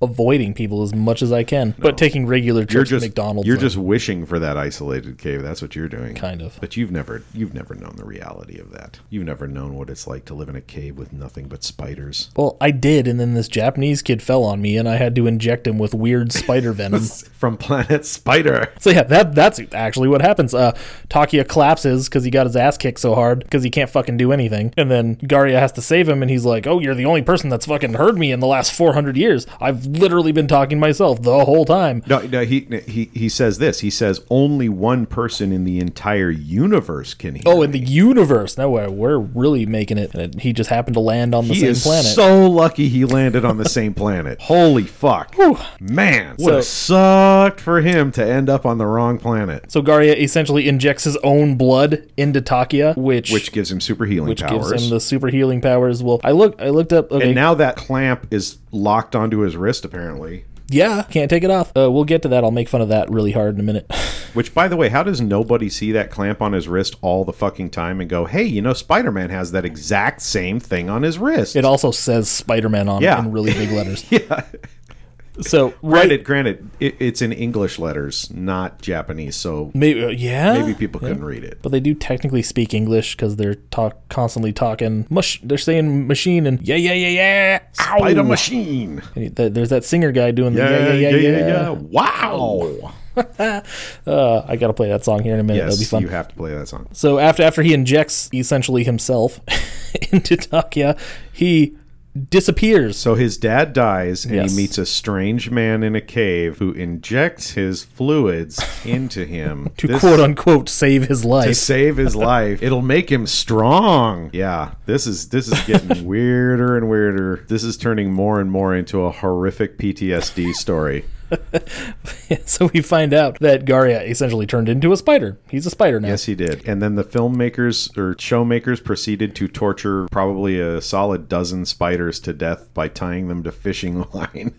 Speaker 2: avoiding people as much as I can, but taking regular trips
Speaker 3: You're just
Speaker 2: to McDonald's.
Speaker 3: You're
Speaker 2: and-
Speaker 3: just wishing for that isolated cave. That's what you're doing.
Speaker 2: Kind of.
Speaker 3: But you've never you've never known the reality of that. You've never known what it's like to live in a cave with nothing but spiders.
Speaker 2: well, I did, and then this Japanese kid fell on me, and I had to inject him with weird spider venom.
Speaker 3: From Planet Spider.
Speaker 2: So yeah, that that's actually what happens. Uh, Takia collapses because he got his ass kicked so hard because he can't fucking do anything, and then Garia has to save him, and he's like, "Oh, you're the only person that's fucking heard me in the last 400 years. I've literally been talking to myself the whole time."
Speaker 3: No, no, he he he says this. He says only one person in the entire universe can hear.
Speaker 2: Oh, in the universe. No way. We're really making it. And he just happened to land on the
Speaker 3: he
Speaker 2: same
Speaker 3: is
Speaker 2: planet.
Speaker 3: so lucky he landed on the same planet. Holy fuck, man! Would sucked for him to end up on the wrong planet,
Speaker 2: so Garia essentially injects his own blood into Takia, which,
Speaker 3: which gives him super healing
Speaker 2: which
Speaker 3: powers.
Speaker 2: gives him the super healing powers. Well, I look I looked up okay,
Speaker 3: and now that clamp is locked onto his wrist, apparently.
Speaker 2: yeah, can't take it off. Uh, we'll get to that. I'll make fun of that really hard in a minute.
Speaker 3: Which, by the way, how does nobody see that clamp on his wrist all the fucking time and go, "Hey, you know, Spider Man has that exact same thing on his wrist."
Speaker 2: It also says Spider-Man on
Speaker 3: Yeah.
Speaker 2: it in really big letters. yeah. So right
Speaker 3: granted, granted, it, it's in English letters, not Japanese, so
Speaker 2: maybe uh, yeah.
Speaker 3: maybe people couldn't read it.
Speaker 2: but they do technically speak English because they're talk constantly talking. Mush, they're saying machine and yeah, yeah, yeah, yeah. Ow.
Speaker 3: Spider machine.
Speaker 2: And he- th- There's that singer guy doing the yeah, yeah, yeah, yeah.
Speaker 3: Wow.
Speaker 2: Uh, I gotta play that song here in a minute. That'll be
Speaker 3: Yes,
Speaker 2: fun.
Speaker 3: you have to play that song.
Speaker 2: So after after he injects essentially himself into Takia, he disappears.
Speaker 3: So his dad dies, and
Speaker 2: Yes.
Speaker 3: he meets a strange man in a cave who injects his fluids into him
Speaker 2: To
Speaker 3: This-
Speaker 2: quote unquote save his
Speaker 3: to
Speaker 2: life.
Speaker 3: save his life. It'll make him strong. Yeah, this is this is getting weirder and weirder. This is turning more and more into a horrific PTSD story.
Speaker 2: so we find out that Garia essentially turned into a spider. He's a spider now.
Speaker 3: Yes, he did. And then the filmmakers or showmakers proceeded to torture probably a solid dozen spiders to death by tying them to fishing line.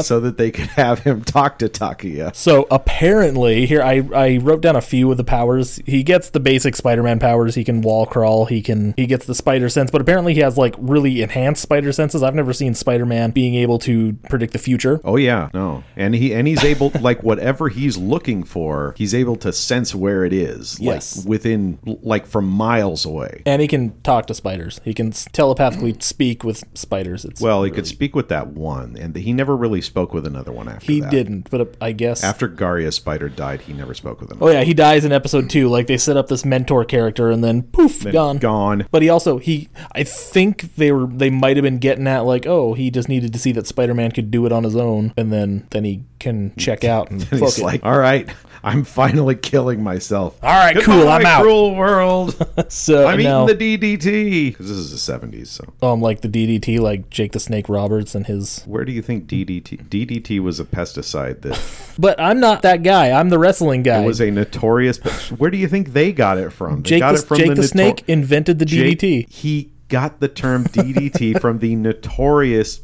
Speaker 3: So that they could have him talk to Takia.
Speaker 2: So apparently, here I, I wrote down a few of the powers. He gets the basic Spider-Man powers. He can wall crawl. He can he gets the spider sense. But apparently, he has like really enhanced spider senses. I've never seen Spider-Man being able to predict the future.
Speaker 3: Oh yeah, no, and he and he's able like whatever he's looking for, he's able to sense where it is,
Speaker 2: Yes.
Speaker 3: like within like from miles away.
Speaker 2: And he can talk to spiders. He can s- telepathically speak with spiders. It's,
Speaker 3: Well, he could speak with that one, and he never really spoke with another one after
Speaker 2: he
Speaker 3: that.
Speaker 2: didn't, but uh, I guess.
Speaker 3: After Garia Spider died, he never spoke with him.
Speaker 2: oh yeah, he dies in episode two. Like they set up this mentor character, and then poof, gone.
Speaker 3: Gone.
Speaker 2: But he also he I think they were they might have been getting at like oh he just needed to see that Spider Man could do it on his own and then then he can check out and
Speaker 3: And
Speaker 2: fuck
Speaker 3: he's
Speaker 2: it.
Speaker 3: like, "All right, I'm finally killing myself."
Speaker 2: all right cool I'm out
Speaker 3: Cruel world.
Speaker 2: so
Speaker 3: I'm
Speaker 2: now
Speaker 3: eating the DDT because this is the '70s. So,
Speaker 2: oh, I'm like the DDT like Jake the Snake Roberts and his
Speaker 3: where do you think DDT? DDT was a pesticide that
Speaker 2: but I'm not that guy I'm the wrestling guy
Speaker 3: It was a notorious. But where do you think they got it from? They
Speaker 2: Jake
Speaker 3: got
Speaker 2: the,
Speaker 3: it from
Speaker 2: Jake the,
Speaker 3: notor-
Speaker 2: Snake invented the
Speaker 3: Jake-
Speaker 2: DDT
Speaker 3: He got the term DDT from the notorious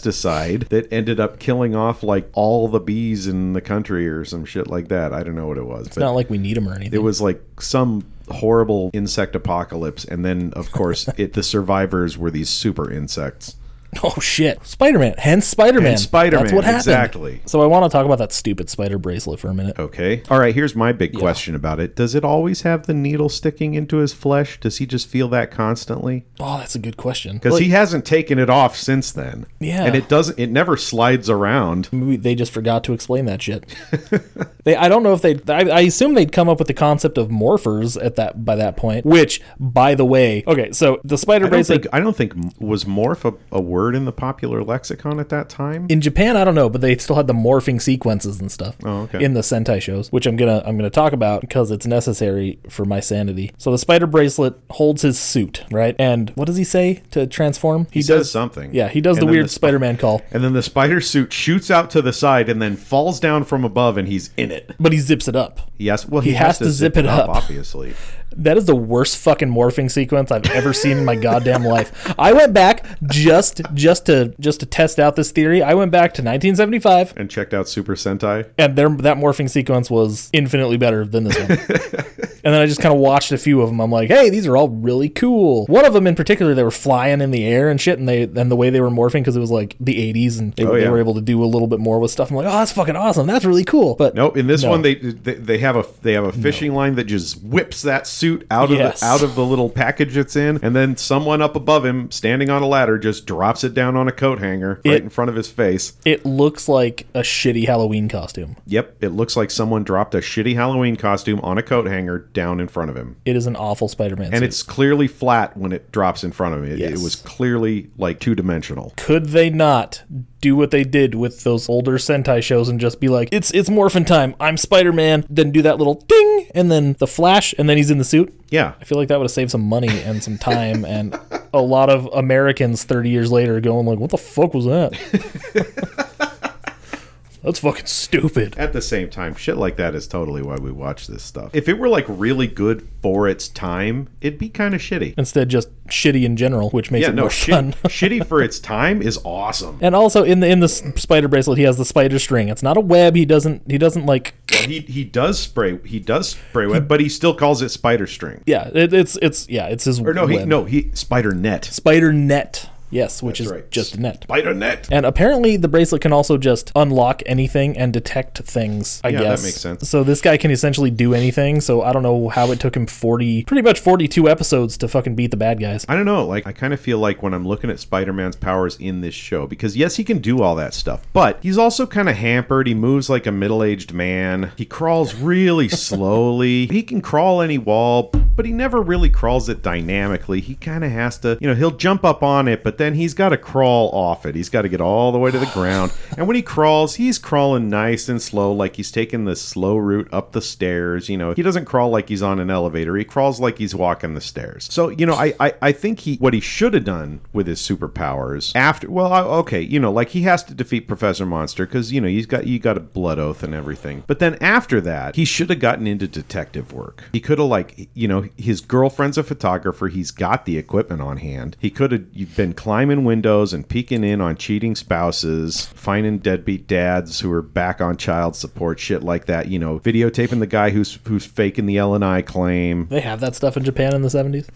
Speaker 3: pesticide that ended up killing off like all the bees in the country or some shit like that. I don't know what it was, but
Speaker 2: not like we need him or anything
Speaker 3: it was like some horrible insect apocalypse and then of course it the survivors were these super insects
Speaker 2: oh shit Spider Man hence Spider Man
Speaker 3: Hence Spider-Man,
Speaker 2: that's what happened
Speaker 3: exactly. Oh.
Speaker 2: so I want to talk about that stupid spider bracelet for a minute
Speaker 3: okay all right here's my big question about it does it always have the needle sticking into his flesh does he just feel that constantly
Speaker 2: oh that's a good question
Speaker 3: because he hasn't taken it off since then.
Speaker 2: Yeah.
Speaker 3: and it doesn't. It never slides around.
Speaker 2: Maybe they just forgot to explain that shit. they, I don't know if they. I, I assume they'd come up with the concept of morphers at that by that point. Which, by the way, okay. So the spider
Speaker 3: I don't
Speaker 2: bracelet
Speaker 3: think. I don't think was morph a, a word in the popular lexicon at that time.
Speaker 2: in Japan, I don't know, but they still had the morphing sequences and stuff
Speaker 3: Oh, okay.
Speaker 2: in the Sentai shows, which I'm gonna I'm gonna talk about because it's necessary for my sanity. So the spider bracelet holds his suit, right? And what does he say to transform? He,
Speaker 3: he does something.
Speaker 2: Yeah, he does
Speaker 3: And
Speaker 2: the
Speaker 3: then
Speaker 2: weird
Speaker 3: sp-
Speaker 2: Spider-Man call,
Speaker 3: And then the spider suit shoots out to the side and then falls down from above, and he's in it.
Speaker 2: but he zips it up.
Speaker 3: Yes, well, he, has, to zip, it up, obviously.
Speaker 2: That is the worst fucking morphing sequence I've ever seen in my goddamn life. I went back just just to just to test out this theory. I went back to 1975,
Speaker 3: And checked out Super Sentai.
Speaker 2: and their, that morphing sequence was infinitely better than this one. And then I just kind of watched a few of them. I'm like, hey, these are all really cool. One of them in particular, they were flying in the air and shit, and they and the way they were morphing because it was like the 80s and they,
Speaker 3: Oh,
Speaker 2: they
Speaker 3: yeah.
Speaker 2: were able to do a little bit more with stuff. I'm like, oh, that's fucking awesome. That's really cool. But
Speaker 3: Nope. In this
Speaker 2: No.
Speaker 3: one, they, they they have a they have a fishing line that just whips that suit out of
Speaker 2: Yes.
Speaker 3: the, out of the little package it's in, and then someone up above him, standing on a ladder, just drops it down on a coat hanger right
Speaker 2: It-
Speaker 3: in front of his face.
Speaker 2: it looks like a shitty Halloween costume.
Speaker 3: Yep, it looks like someone dropped a shitty Halloween costume on a coat hanger down in front of him,
Speaker 2: It is an awful Spider-Man.
Speaker 3: and
Speaker 2: suit.
Speaker 3: it's clearly flat when it drops in front of him. It, it
Speaker 2: Yes.
Speaker 3: was clearly like two dimensional.
Speaker 2: could they not do what they did with those older Sentai shows and just be like, it's it's morphin time. I'm Spider Man. Then do that little ding, and then the flash, and then he's in the suit.
Speaker 3: Yeah.
Speaker 2: I feel like that would have saved some money and some time, and a lot of Americans 30 years later going like, what the fuck was that? That's fucking stupid.
Speaker 3: At the same time, shit like that is totally why we watch this stuff. If it were like really good for its time, it'd be kind of shitty.
Speaker 2: Instead, just shitty in general, which makes
Speaker 3: Yeah,
Speaker 2: it
Speaker 3: no,
Speaker 2: more
Speaker 3: shit,
Speaker 2: fun.
Speaker 3: shitty for its time is awesome.
Speaker 2: And also in the in the s- spider bracelet, he has the spider string. It's not a web. He doesn't he doesn't like
Speaker 3: He he does spray he does spray web, but he still calls it spider string.
Speaker 2: yeah. It, it's it's yeah. It's his
Speaker 3: Or no, he
Speaker 2: web.
Speaker 3: no he spider net.
Speaker 2: spider net. Yes, which is
Speaker 3: right.
Speaker 2: just a net.
Speaker 3: Spider net.
Speaker 2: And apparently, the bracelet can also just unlock anything and detect things. I
Speaker 3: Yeah, that
Speaker 2: guess
Speaker 3: makes sense.
Speaker 2: So this guy can essentially do anything. So I don't know how it took him forty, pretty much forty-two episodes to fucking beat the bad guys.
Speaker 3: I don't know. Like I kind of feel like when I'm looking at Spider-Man's powers in this show, because yes, he can do all that stuff, but he's also kind of hampered. He moves like a middle-aged man. He crawls really slowly. He can crawl any wall, but he never really crawls it dynamically. He kind of has to, you know, he'll jump up on it, but then he's got to crawl off it. He's got to get all the way to the ground. And when he crawls, he's crawling nice and slow, like he's taking the slow route up the stairs. You know, he doesn't crawl like he's on an elevator. He crawls like he's walking the stairs. So, you know, I, I, I think he what he should have done with his superpowers after. Well, I, okay, you know, like he has to defeat Professor Monster because you know he's got you got a blood oath and everything. But then after that, he should have gotten into detective work. He could have like you know his girlfriend's a photographer. He's got the equipment on hand. He could have been climbing windows and peeking in on cheating spouses, finding deadbeat dads who are back on child support, shit like that. You know, videotaping the guy who's who's faking the L and I claim.
Speaker 2: They have that stuff in Japan in the seventies.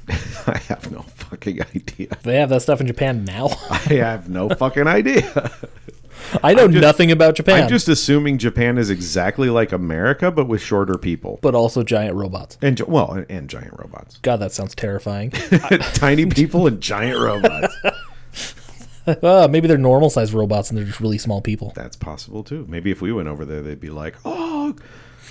Speaker 3: I have no fucking idea.
Speaker 2: They have that stuff in Japan now.
Speaker 3: I have no fucking idea.
Speaker 2: I know nothing about Japan,
Speaker 3: I'm just assuming Japan is exactly like America, but with shorter people.
Speaker 2: but also giant robots.
Speaker 3: And gi- well, and, and giant robots,
Speaker 2: God, that sounds terrifying.
Speaker 3: tiny people and giant robots.
Speaker 2: uh, maybe they're normal-sized robots and they're just really small people.
Speaker 3: That's possible too. Maybe if we went over there, they'd be like, "Oh,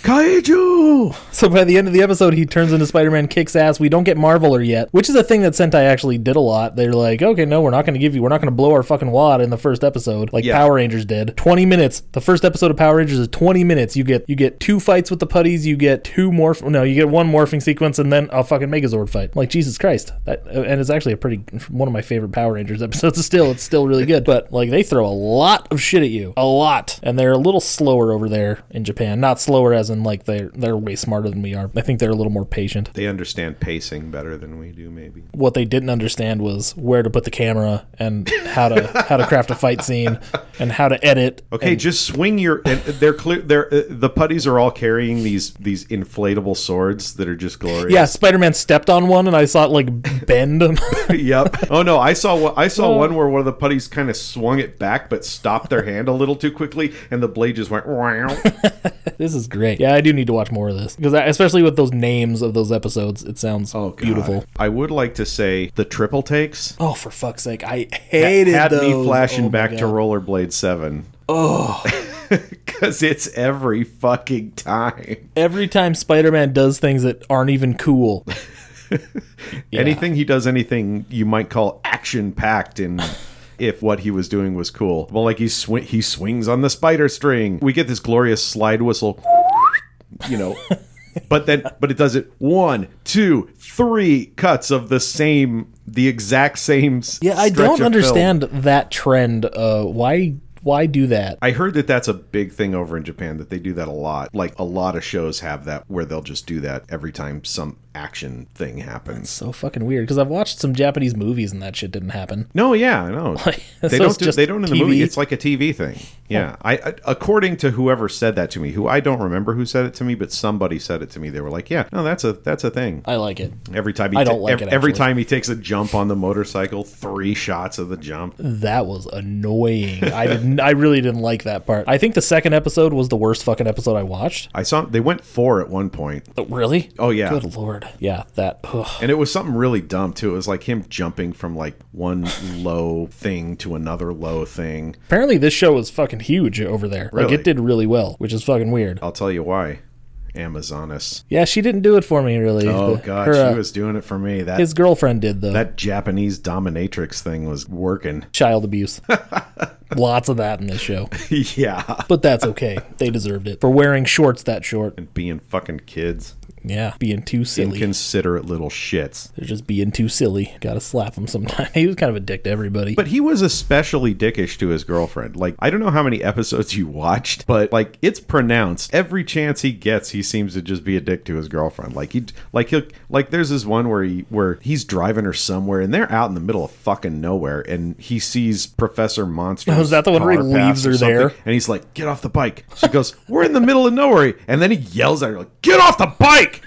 Speaker 3: kaiju!"
Speaker 2: So by the end of the episode, he turns into Spider Man, kicks ass. We don't get Marveler yet, which is a thing that Sentai actually did a lot. They're like, okay, no, we're not going to give you, we're not going to blow our fucking wad in the first episode, like
Speaker 3: Yeah.
Speaker 2: Power Rangers did. Twenty minutes. The first episode of Power Rangers is twenty minutes. You get you get two fights with the putties, you get two morph, no, you get one morphing sequence, and then a fucking Megazord fight. Like Jesus Christ, that and it's actually a pretty one of my favorite Power Rangers episodes. Still, it's still really good. But like they throw a lot of shit at you, a lot, and they're a little slower over there in Japan. Not slower as in like they're they're way smarter than we are. I think they're a little more patient.
Speaker 3: They understand pacing better than we do, maybe.
Speaker 2: What they didn't understand was where to put the camera and how to how to craft a fight scene and how to edit.
Speaker 3: Okay, just swing your. And they're clear. They're uh, the putties are all carrying these these inflatable swords that are just glorious.
Speaker 2: Yeah, Spider Man stepped on one and I saw it like bend.
Speaker 3: yep. Oh no, I saw one, I saw one where one of the putties kind of swung it back, but stopped their hand a little too quickly, and the blade just went. "Wow."
Speaker 2: this is great. Yeah, I do need to watch more of this because especially with those names of those episodes, it sounds
Speaker 3: Oh,
Speaker 2: Oh, beautiful.
Speaker 3: I would like to say the triple takes
Speaker 2: Oh, for fuck's sake! I hated
Speaker 3: had me
Speaker 2: those.
Speaker 3: flashing
Speaker 2: Oh my
Speaker 3: back to
Speaker 2: God.
Speaker 3: Rollerblade Seven. Oh, because it's every fucking time.
Speaker 2: every time Spider Man does things that aren't even cool. Yeah.
Speaker 3: Anything he does, anything you might call action packed in. If what he was doing was cool, well, like he swi he swings on the spider string. We get this glorious slide whistle, you know, but then but it does it one, two, three cuts of the same, the exact same. s-
Speaker 2: Yeah, I
Speaker 3: stretch of
Speaker 2: don't
Speaker 3: film.
Speaker 2: understand that trend. Uh, why why do that?
Speaker 3: I heard that that's a big thing over in Japan that they do that a lot. Like a lot of shows have that where they'll just do that every time some action thing happens.
Speaker 2: So fucking weird because I've watched some Japanese movies and that shit didn't happen.
Speaker 3: No, yeah, I know.
Speaker 2: so
Speaker 3: they don't
Speaker 2: it's
Speaker 3: do
Speaker 2: just
Speaker 3: they don't in the
Speaker 2: TV?
Speaker 3: movie. It's like a TV thing. Yeah. I, I according to whoever said that to me, who I don't remember who said it to me, but somebody said it to me. They were like, "Yeah, no, that's a that's a thing."
Speaker 2: I like it.
Speaker 3: Every time he
Speaker 2: I don't
Speaker 3: ta-
Speaker 2: like
Speaker 3: ev-
Speaker 2: it,
Speaker 3: every
Speaker 2: actually.
Speaker 3: time he takes a jump on the motorcycle, three shots of the jump.
Speaker 2: That was annoying. I didn't. I really didn't like that part. I think the second episode was the worst fucking episode I watched.
Speaker 3: I saw they went four at one point,
Speaker 2: Really?
Speaker 3: Oh, yeah.
Speaker 2: Good lord. Yeah. That. ugh.
Speaker 3: and it was something really dumb too. It was like him jumping from like one low thing to another low thing.
Speaker 2: Apparently, this show was fucking huge over there. Like
Speaker 3: Really?
Speaker 2: it did really well, which is fucking weird.
Speaker 3: I'll tell you why. Amazonas.
Speaker 2: Yeah, she didn't do it for me really.
Speaker 3: Oh
Speaker 2: The-
Speaker 3: god,
Speaker 2: her, uh,
Speaker 3: she was doing it for me. That
Speaker 2: His girlfriend did though.
Speaker 3: that Japanese dominatrix thing was working.
Speaker 2: Child abuse. Lots of that in this show.
Speaker 3: yeah,
Speaker 2: But that's okay. They deserved it. For wearing shorts that short.
Speaker 3: being fucking kids,
Speaker 2: Yeah. Being too silly.
Speaker 3: inconsiderate little shits.
Speaker 2: They're just being too silly. Gotta slap him sometime. he was kind of a dick to everybody.
Speaker 3: But he was especially dickish to his girlfriend. Like, I don't know how many episodes you watched, but like, it's pronounced. Every chance he gets, he seems to just be a dick to his girlfriend. Like he, like he'll, like there's this one where he, where he's driving her somewhere, and they're out in the middle of fucking nowhere, and he sees Professor Monster.
Speaker 2: Oh, is that the one where he leaves her there?
Speaker 3: And he's like, "Get off the bike." She goes, "We're in the middle of nowhere," and then he yells at her like, "Get off the bike!"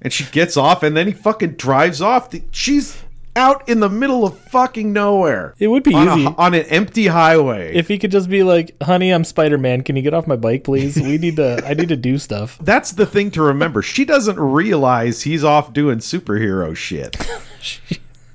Speaker 3: And she gets off, and then he fucking drives off. The- She's out in the middle of fucking nowhere.
Speaker 2: It would be
Speaker 3: on a-
Speaker 2: easy.
Speaker 3: on an empty highway.
Speaker 2: if he could just be like, honey, I'm Spider Man. Can you get off my bike, please? We need to, I need to do stuff.
Speaker 3: That's the thing to remember. She doesn't realize he's off doing superhero shit.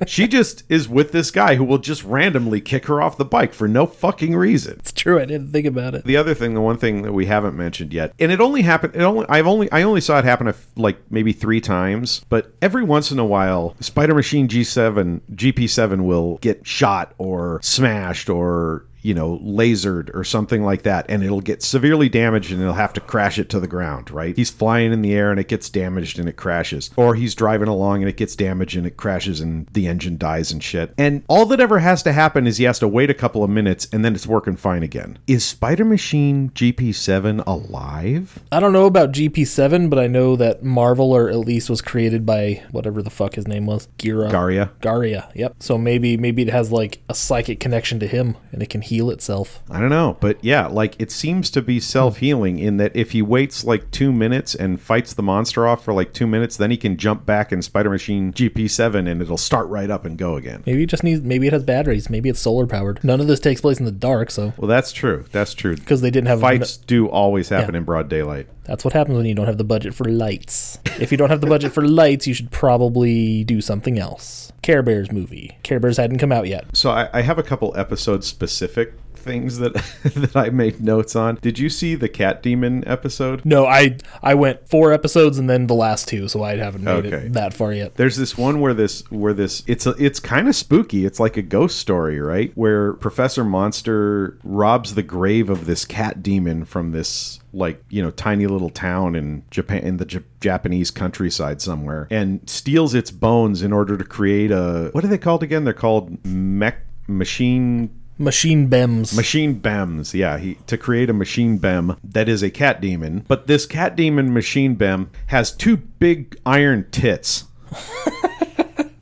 Speaker 3: she just is with this guy who will just randomly kick her off the bike for no fucking reason.
Speaker 2: It's true. I didn't think about it.
Speaker 3: The other thing, the one thing that we haven't mentioned yet, and it only happened. It only I've only I only saw it happen a f like maybe three times, but every once in a while, Spider Machine G seven GP seven will get shot or smashed or you know lasered or something like that and it'll get severely damaged and it'll have to crash it to the ground right he's flying in the air and it gets damaged and it crashes or he's driving along and it gets damaged and it crashes and the engine dies and shit and all that ever has to happen is he has to wait a couple of minutes and then it's working fine again is spider machine gp7 alive
Speaker 2: I don't know about GP7, but I know that Marvel, or at least was created by whatever the fuck his name was, Gira.
Speaker 3: Garia?
Speaker 2: Garia. Yep. So maybe, maybe it has like a psychic connection to him, and it can heal itself.
Speaker 3: I don't know, but yeah, like it seems to be self healing in that if he waits like two minutes and fights the monster off for like two minutes, then he can jump back in Spider Machine GP7 and it'll start right up and go again.
Speaker 2: Maybe it just needs. Maybe it has batteries. Maybe it's solar powered. None of this takes place in the dark, so
Speaker 3: Well, that's true. That's true.
Speaker 2: because they didn't have
Speaker 3: Fights do always happen
Speaker 2: Yeah.
Speaker 3: in broad daylight.
Speaker 2: That's what happens when you don't have the budget for lights. If you don't have the budget for lights, you should probably do something else. Care Bears movie. Care Bears hadn't come out yet.
Speaker 3: So I, I have a couple episode specific things that that I made notes on. Did you see the cat demon episode?
Speaker 2: No, I I went four episodes and then the last two, so I haven't made
Speaker 3: Okay.
Speaker 2: it that far yet.
Speaker 3: There's this one where this where this it's a, it's kind of spooky. It's like a ghost story, right? Where Professor Monster robs the grave of this cat demon from this like you know tiny little town in Japan in the J- Japanese countryside somewhere, and steals its bones in order to create a what are they called again? They're called mech machine
Speaker 2: Machine Bems.
Speaker 3: Machine Bems, yeah, he, to create a machine Bem that is a cat demon. But this cat demon machine Bem has two big iron tits.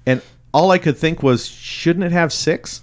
Speaker 3: and all I could think was, shouldn't it have six?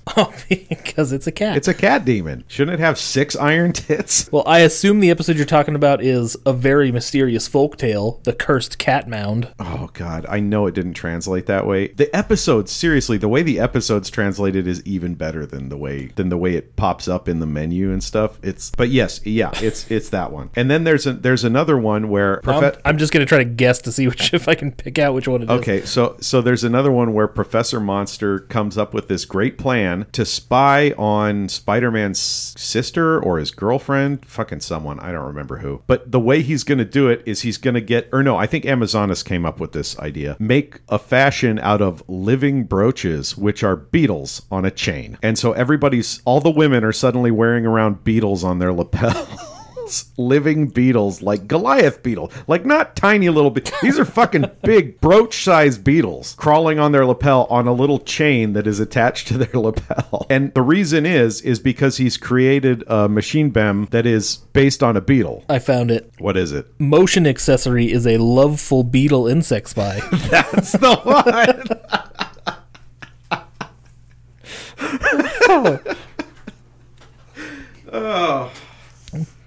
Speaker 2: because it's a cat.
Speaker 3: It's a cat demon. Shouldn't it have six iron tits?
Speaker 2: well, I assume the episode you're talking about is a very mysterious folktale, The Cursed Cat Mound.
Speaker 3: Oh, God. I know it didn't translate that way. The episodes, seriously, the way the episodes translated is even better than the way than the way it pops up in the menu and stuff. It's but yes, yeah, it's it's that one. And then there's a, there's another one where
Speaker 2: I'm,
Speaker 3: Profe-
Speaker 2: Um, I'm just going to try to guess to see which, if I can pick out which one it is.
Speaker 3: Okay, so so there's another one where Professor Monster comes up with this great plan to spy on Spider-Man's sister or his girlfriend, fucking someone, I don't remember who. But the way he's going to do it is he's going to get or no, I think Amazonas came up with this idea. Make a fashion out of living brooches which are beetles on a chain. And so everybody's all the women are suddenly wearing around beetles on their lapels. beetles, living beetles, like Goliath beetle, like not tiny little. Be- These are fucking big brooch-sized beetles crawling on their lapel on a little chain that is attached to their lapel. And the reason is is because he's created a machine bem that is based on a beetle.
Speaker 2: I found it.
Speaker 3: What is it?
Speaker 2: Motion accessory is a loveful beetle insect spy.
Speaker 3: That's the one.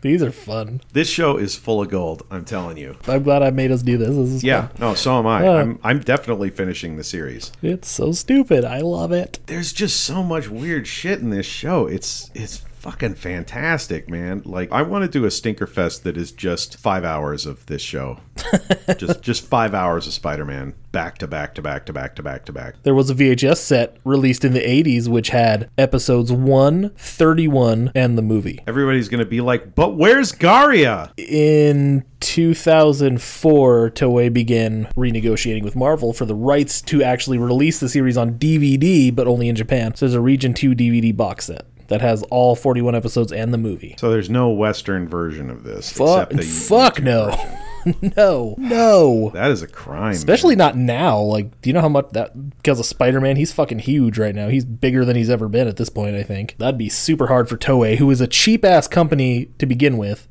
Speaker 2: These are fun.
Speaker 3: this show is full of gold. I'm telling you.
Speaker 2: I'm glad I made us do this. This is
Speaker 3: Yeah.
Speaker 2: fun.
Speaker 3: No, so am I. I'm I'm definitely finishing the series.
Speaker 2: It's so stupid. I love it.
Speaker 3: there's just so much weird shit in this show. It's it's fucking fantastic, man. Like I want to do a stinker fest that is just 5 hours of this show. just just 5 hours of Spider-Man back to back to back to back to back to back.
Speaker 2: There was a VHS set released in the 80s which had episodes 1, 31, and the movie.
Speaker 3: Everybody's going to be like, "But where's Garia?"
Speaker 2: In 2004, Toei began renegotiating with Marvel for the rights to actually release the series on DVD, but only in Japan. So there's a Region 2 DVD box set that has all 41 episodes and the movie.
Speaker 3: So there's no western version of this
Speaker 2: Fuck,
Speaker 3: the
Speaker 2: fuck no. no. No.
Speaker 3: That is a crime.
Speaker 2: Especially not now. Like, do you know how much that because of Spider Man? He's fucking huge right now. He's bigger than he's ever been at this point. I think that'd be super hard for Toei, who is a cheap ass company to begin with.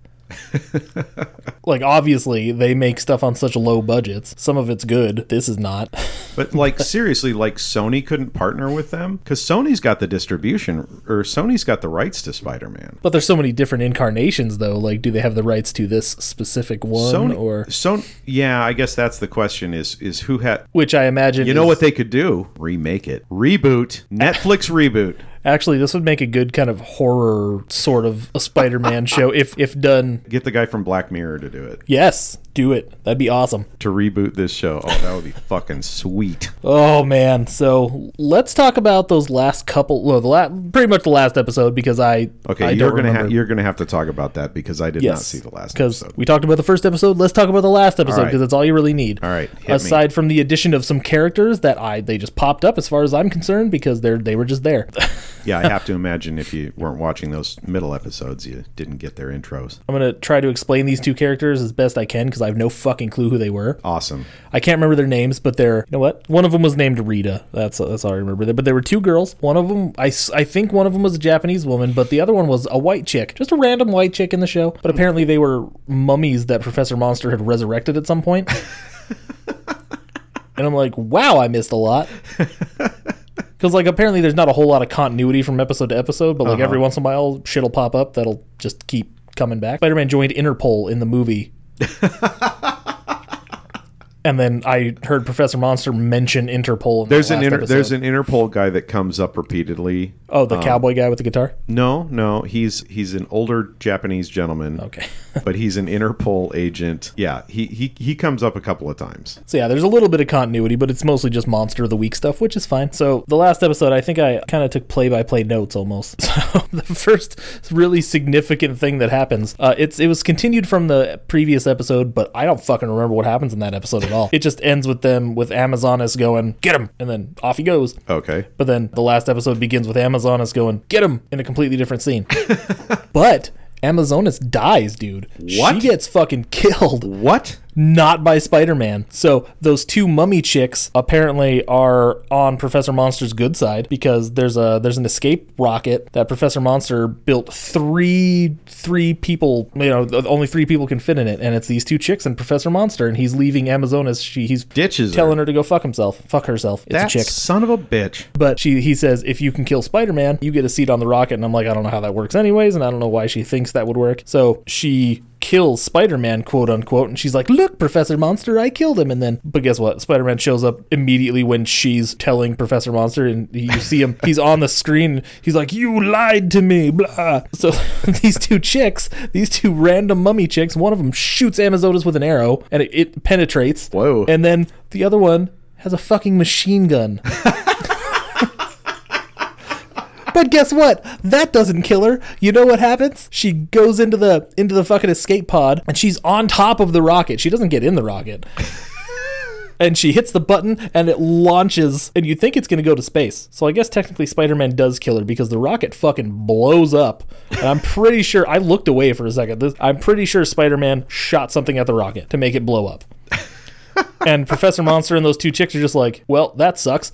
Speaker 2: like, obviously, they make stuff on such low budgets. Some of it's good. This is not.
Speaker 3: But like seriously, like Sony couldn't partner with them cuz Sony's got the distribution or Sony's got the rights to Spider-Man.
Speaker 2: but there's so many different incarnations, though. Like, do they have the rights to this specific one,
Speaker 3: Sony
Speaker 2: or
Speaker 3: Sony Yeah, I guess that's the question is is who had
Speaker 2: which I imagine
Speaker 3: You know
Speaker 2: is-
Speaker 3: what they could do? Remake it. Reboot. Netflix reboot.
Speaker 2: Actually, this would make a good kind of horror sort of a Spider Man show if if done.
Speaker 3: Get the guy from Black Mirror to do it.
Speaker 2: Yes, do it. That'd be awesome.
Speaker 3: To reboot this show. Oh, that would be fucking sweet.
Speaker 2: Oh man, so let's talk about those last couple. Well, the la- pretty much the last episode because I
Speaker 3: Okay,
Speaker 2: I
Speaker 3: you're
Speaker 2: don't
Speaker 3: gonna ha-
Speaker 2: remember.
Speaker 3: you're gonna have to talk about that because I did not
Speaker 2: Yes,
Speaker 3: see the last
Speaker 2: because
Speaker 3: episode.
Speaker 2: we talked about the first episode. Let's talk about the last episode
Speaker 3: right.
Speaker 2: because that's all you really need.
Speaker 3: All right, hit me.
Speaker 2: Aside from the addition of some characters that I they just popped up as far as I'm concerned because they're they were just there.
Speaker 3: Yeah, I have to imagine if you weren't watching those middle episodes, you didn't get their intros.
Speaker 2: I'm gonna try to explain these two characters as best I can because I have no fucking clue who they were.
Speaker 3: Awesome.
Speaker 2: I can't remember their names, but they're you know what? One of them was named Rita. That's that's all I remember. There, but there were two girls. One of them, I, s- I think one of them was a Japanese woman, but the other one was a white chick, just a random white chick in the show. But apparently they were mummies that Professor Monster had resurrected at some point. and I'm like, wow, I missed a lot. Because like apparently there's not a whole lot of continuity from episode to episode,
Speaker 3: Uh-huh.
Speaker 2: but like every once in a while shit'll pop up that'll just keep coming back. Spider-Man joined Interpol in the movie and then I heard Professor Monster mention Interpol. In
Speaker 3: There's
Speaker 2: the
Speaker 3: an
Speaker 2: last
Speaker 3: inter-
Speaker 2: episode.
Speaker 3: there's uh, an Interpol guy that comes up repeatedly.
Speaker 2: oh the cowboy guy with the guitar.
Speaker 3: No, no, he's he's an older Japanese gentleman.
Speaker 2: Okay,
Speaker 3: but he's an Interpol agent. Yeah, he, he he comes up a couple of times.
Speaker 2: so yeah, there's a little bit of continuity, but it's mostly just Monster of the Week stuff, which is fine. So the last episode, I think I kind of took play by play notes almost. So the first really significant thing that happens, uh, it's it was continued from the previous episode, but I don't fucking remember what happens in that episode at all. it just ends with them with Amazonas going get him, and then off he goes.
Speaker 3: Okay.
Speaker 2: But then the last episode begins with Amazonas going, get him in a completely different scene. but Amazonas dies, dude. She
Speaker 3: What?
Speaker 2: gets fucking killed,
Speaker 3: What?
Speaker 2: not by Spider Man. So those two mummy chicks apparently are on Professor Monster's good side because there's a there's an escape rocket that Professor Monster built three three people you know th- only three people can fit in it, and it's these two chicks and Professor Monster, and he's leaving Amazonas. She he's
Speaker 3: Ditches her.
Speaker 2: telling her to go fuck himself, fuck herself. It's
Speaker 3: That
Speaker 2: a chick.
Speaker 3: son of a bitch.
Speaker 2: But she, he says, if you can kill Spider Man, you get a seat on the rocket. And I'm like, I don't know how that works, anyways. And I don't know why she thinks that would work. So she kills Spider Man, quote unquote. And she's like, Look, Professor Monster, I killed him. And then, but guess what? Spider Man shows up immediately when she's telling Professor Monster. And you see him, he's on the screen. He's like, You lied to me, blah. So these two chicks, these two random mummy chicks, one of them shoots Amazonas with an arrow and it, it penetrates.
Speaker 3: Whoa.
Speaker 2: And then the other one has a fucking machine gun. But guess what? That doesn't kill her. You know what happens? She goes into the into the fucking escape pod and she's on top of the rocket. She doesn't get in the rocket. and she hits the button and it launches and you think it's going to go to space. So I guess technically Spider-Man does kill her because the rocket fucking blows up. And I'm pretty sure I looked away for a second. This, I'm pretty sure Spider-Man shot something at the rocket to make it blow up. and Professor Monster and those two chicks are just like, "Well, that sucks."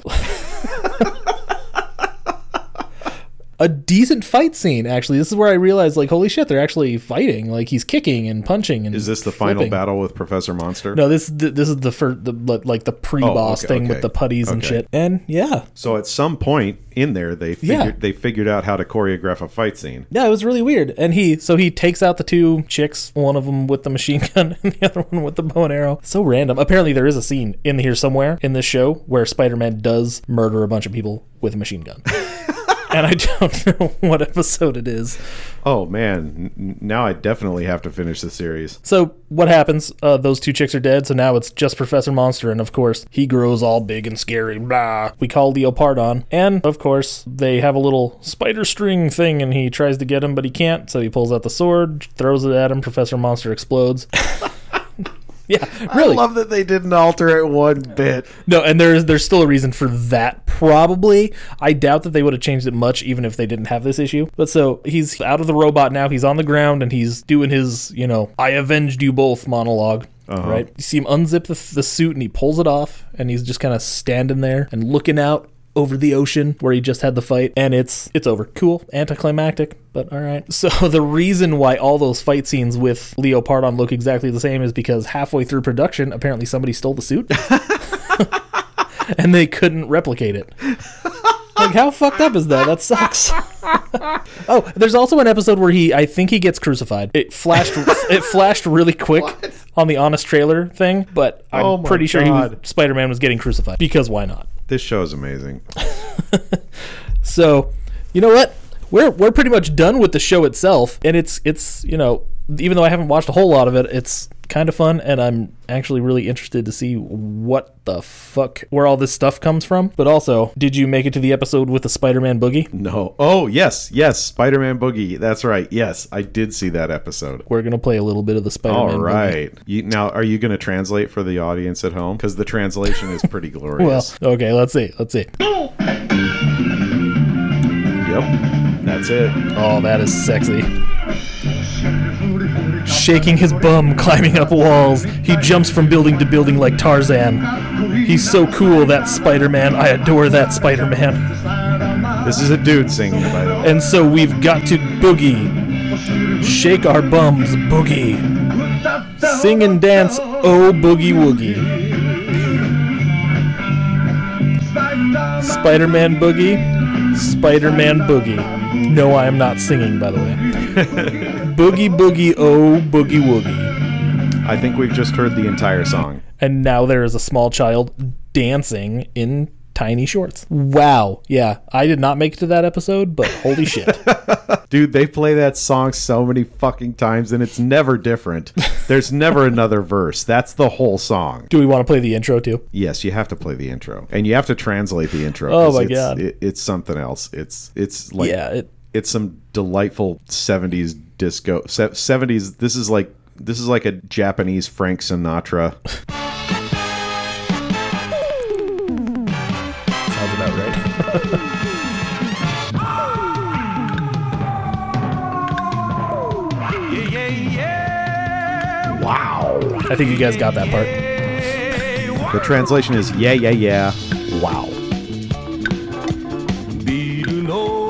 Speaker 2: a decent fight scene actually. This is where I realized like, "Holy shit, they're actually fighting." Like he's kicking and punching and
Speaker 3: Is this the final
Speaker 2: flipping.
Speaker 3: battle with Professor Monster?
Speaker 2: No, this th- this is the first, the li- like the pre-boss
Speaker 3: Oh, okay,
Speaker 2: thing
Speaker 3: okay.
Speaker 2: with the putties and
Speaker 3: Okay.
Speaker 2: shit. And yeah,
Speaker 3: So at some point in there, they figured
Speaker 2: Yeah.
Speaker 3: they figured out how to choreograph a fight scene.
Speaker 2: yeah, it was really weird. And he so he takes out the two chicks, one of them with the machine gun and the other one with the bow and arrow. So random. Apparently, there is a scene in here somewhere in this show where Spider-Man does murder a bunch of people with a machine gun. And I don't know what episode it is.
Speaker 3: Oh man, n- now I definitely have to finish the series.
Speaker 2: So what happens? Uh, those two chicks are dead. So now it's just Professor Monster, and of course he grows all big and scary. Blah. We call Leopardon, and of course they have a little spider string thing, and he tries to get him, but he can't. So he pulls out the sword, throws it at him. Professor Monster explodes. yeah, really.
Speaker 3: Love that they didn't alter it one bit.
Speaker 2: no, and there's there's still a reason for that. Probably, I doubt that they would have changed it much, even if they didn't have this issue. But so he's out of the robot now. He's on the ground, and he's doing his you know I avenged you both monolog Right? You see him unzip the, the suit, and he pulls it off, and he's just kind of standing there and looking out over the ocean where he just had the fight and it's it's over cool anticlimactic but all right so the reason why all those fight scenes with leo pardon look exactly the same is because halfway through production apparently somebody stole the suit and they couldn't replicate it like how fucked up is that that sucks oh there's also an episode where he i think he gets crucified it flashed it flashed really quick on the honest trailer thing but i'm
Speaker 3: Oh my
Speaker 2: pretty sure he was,
Speaker 3: God.
Speaker 2: spider-man was getting crucified because why not
Speaker 3: This show is amazing.
Speaker 2: so, you know what? We're we're pretty much done with the show itself, and it's it's you know even though I haven't watched a whole lot of it, it's kind of fun, and I'm actually really interested to see what the fuck where all this stuff comes from. But also, did you make it to the episode with the Spider-Man boogie?
Speaker 3: No. Oh yes, yes. Spider-Man Boogie. That's right. Yes, I did see that episode.
Speaker 2: We're gonna play a little bit of the Spider-Man.
Speaker 3: All
Speaker 2: boogie.
Speaker 3: right. You, now, are you going to translate for the audience at home? Because the translation is pretty
Speaker 2: Well,
Speaker 3: glorious.
Speaker 2: okay, let's see, let's see.
Speaker 3: yep. That's it.
Speaker 2: Oh, that is sexy. Shaking his bum, climbing up walls, he jumps from building to building like Tarzan. He's so cool, that Spider Man. I adore that Spider Man.
Speaker 3: This is a dude singing, by the way.
Speaker 2: And so we've got to boogie. Shake our bums, boogie. Sing and dance, oh boogie woogie. Spider Man boogie, Spider Man boogie. No, I am not singing, by the way. boogie boogie, oh boogie woogie.
Speaker 3: I think we've just heard the entire song.
Speaker 2: And now there is a small child dancing in tiny shorts. Wow. Yeah, I did not make it to that episode, but holy shit.
Speaker 3: Dude, they play that song so many fucking times and it's never different. There's never another verse. That's the whole song.
Speaker 2: Do we want to play the intro too?
Speaker 3: Yes, you have to play the intro. And you have to translate the intro.
Speaker 2: Oh
Speaker 3: 'cause
Speaker 2: my
Speaker 3: it's,
Speaker 2: God.
Speaker 3: It, it's something else. It's it's like
Speaker 2: Yeah, it-
Speaker 3: it's some delightful 70s disco se- 70s this is like this is like a Japanese Frank Sinatra.
Speaker 2: Sounds about right.
Speaker 3: Wow.
Speaker 2: I think you guys got that part.
Speaker 3: The translation is yeah yeah yeah. Wow.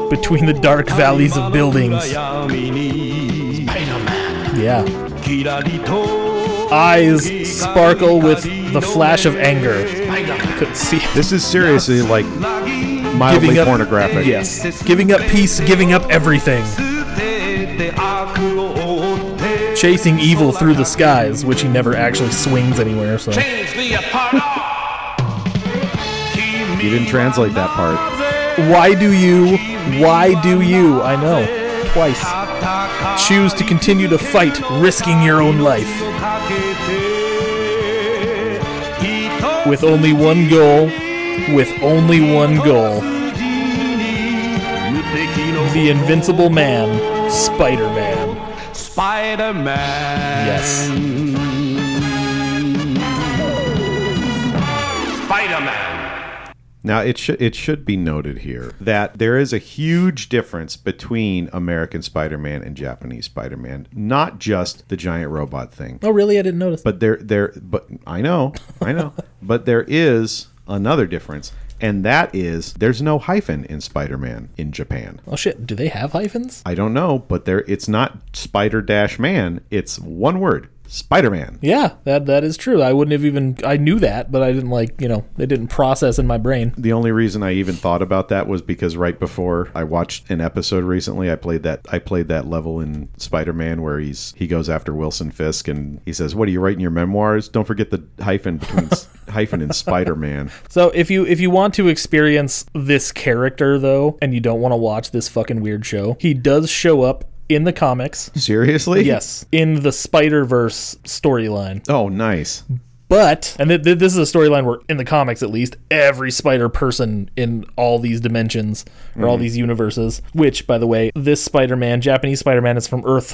Speaker 2: Between the dark valleys of buildings. Yeah. Eyes sparkle with the flash of anger. I couldn't see it.
Speaker 3: This is seriously like mildly
Speaker 2: Giving up-
Speaker 3: pornographic.
Speaker 2: Yes. Giving up peace, giving up everything. Chasing evil through the skies, which he never actually swings anywhere, so.
Speaker 3: You didn't translate that part.
Speaker 2: Why do you? Why do you? I know. Twice. Choose to continue to fight, risking your own life. With only one goal. With only one goal. The Invincible Man, Spider Man.
Speaker 4: Spider-Man.
Speaker 2: Yes.
Speaker 3: Now it should it should be noted here that there is a huge difference between American Spider-Man and Japanese Spider-Man, not just the giant robot thing.
Speaker 2: Oh, really? I didn't notice.
Speaker 3: But there there but I know, I know. but there is another difference, and that is there's no hyphen in Spider-Man in Japan.
Speaker 2: oh shit! Do they have hyphens?
Speaker 3: I don't know, but there it's not Spider Dash Man, it's one word. Spider-Man.
Speaker 2: Yeah, that that is true. I wouldn't have even. I knew that, but I didn't like. You know, it didn't process in my brain.
Speaker 3: The only reason I even thought about that was because right before I watched an episode recently, I played that I played that level in Spider-Man where he's he goes after Wilson Fisk and he says, "What are you writing your memoirs? Don't forget the hyphen between s- hyphen and Spider-Man."
Speaker 2: So if you if you want to experience this character though, and you don't want to watch this fucking weird show, he does show up in the comics.
Speaker 3: Seriously?
Speaker 2: Yes, in the Spider Verse storyline.
Speaker 3: Oh, nice.
Speaker 2: But, and th- th- this is a storyline where, in the comics at least, every spider person in all these dimensions or all these universes, which, by the way, this Spider Man, Japanese Spider Man, is from Earth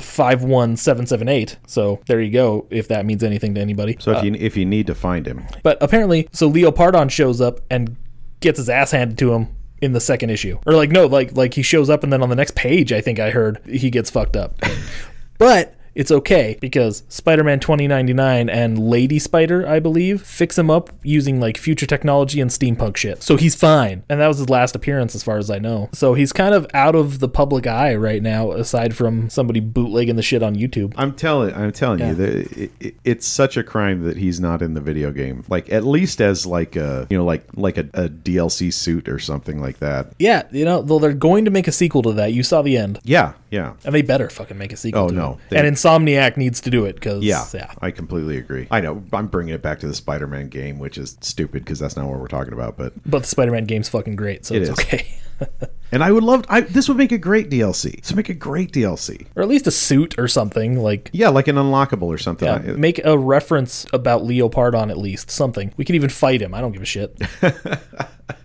Speaker 2: 51778. So there you go, if that means anything to anybody.
Speaker 3: So if you if you need to find him,
Speaker 2: But apparently, so Leo Pardon shows up and gets his ass handed to him in the second issue, or like no, like like he shows up and then on the next page, I think I heard he gets fucked up. but it's okay because Spider-Man 2099 and Lady Spider, I believe, fix him up using like future technology and steampunk shit. So he's fine, and that was his last appearance, as far as I know. So he's kind of out of the public eye right now, aside from somebody bootlegging the shit on YouTube.
Speaker 3: I'm telling I'm telling you that it, it, it's such a crime that he's not in the video game. Like at least as like a you know like like a, a DLC suit or something like that.
Speaker 2: Yeah, you know, though they're going to make a sequel to that. You saw the end.
Speaker 3: Yeah, yeah.
Speaker 2: And they better fucking make a sequel.
Speaker 3: Oh,
Speaker 2: to
Speaker 3: no.
Speaker 2: it. and Insomniac needs to do it because
Speaker 3: Yeah,
Speaker 2: yeah.
Speaker 3: I completely agree. I know I'm bringing it back to the Spider-Man game, which is stupid because that's not what we're talking about. But
Speaker 2: But the Spider-Man game's fucking great, so it's
Speaker 3: is.
Speaker 2: okay.
Speaker 3: and I would love I, this would make a great DLC. So make a great DLC.
Speaker 2: or at least a suit or something like.
Speaker 3: Yeah, like an unlockable or something.
Speaker 2: uh,
Speaker 3: I-
Speaker 2: make a reference about Leopardon at least something. We could even fight him. I don't give a shit.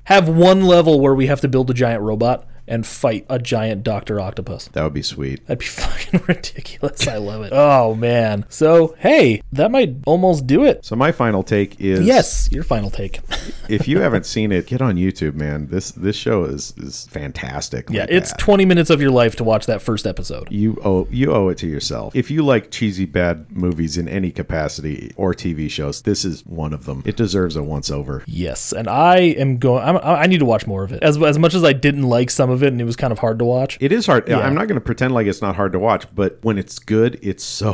Speaker 2: Have one level where we have to build a giant robot and fight a giant Doctor Octopus.
Speaker 3: that would be sweet.
Speaker 2: That'd be fucking ridiculous. I love it. Oh man. So hey, that might almost do it.
Speaker 3: So my final take is
Speaker 2: Yes, your final take.
Speaker 3: if you haven't seen it, get on YouTube, man. This this show is is fantastic.
Speaker 2: yeah,
Speaker 3: like
Speaker 2: it's
Speaker 3: that.
Speaker 2: 20 minutes of your life to watch that first episode.
Speaker 3: you owe you owe it to yourself. If you like cheesy bad movies in any capacity or TV shows, this is one of them. It deserves a once over.
Speaker 2: Yes, and I am going. I'm, I I need to watch more of it. As as much as I didn't like some of it, and it was kind of hard to watch.
Speaker 3: It is hard. I'm not going to pretend like it's not hard to watch, but when it's good, it's so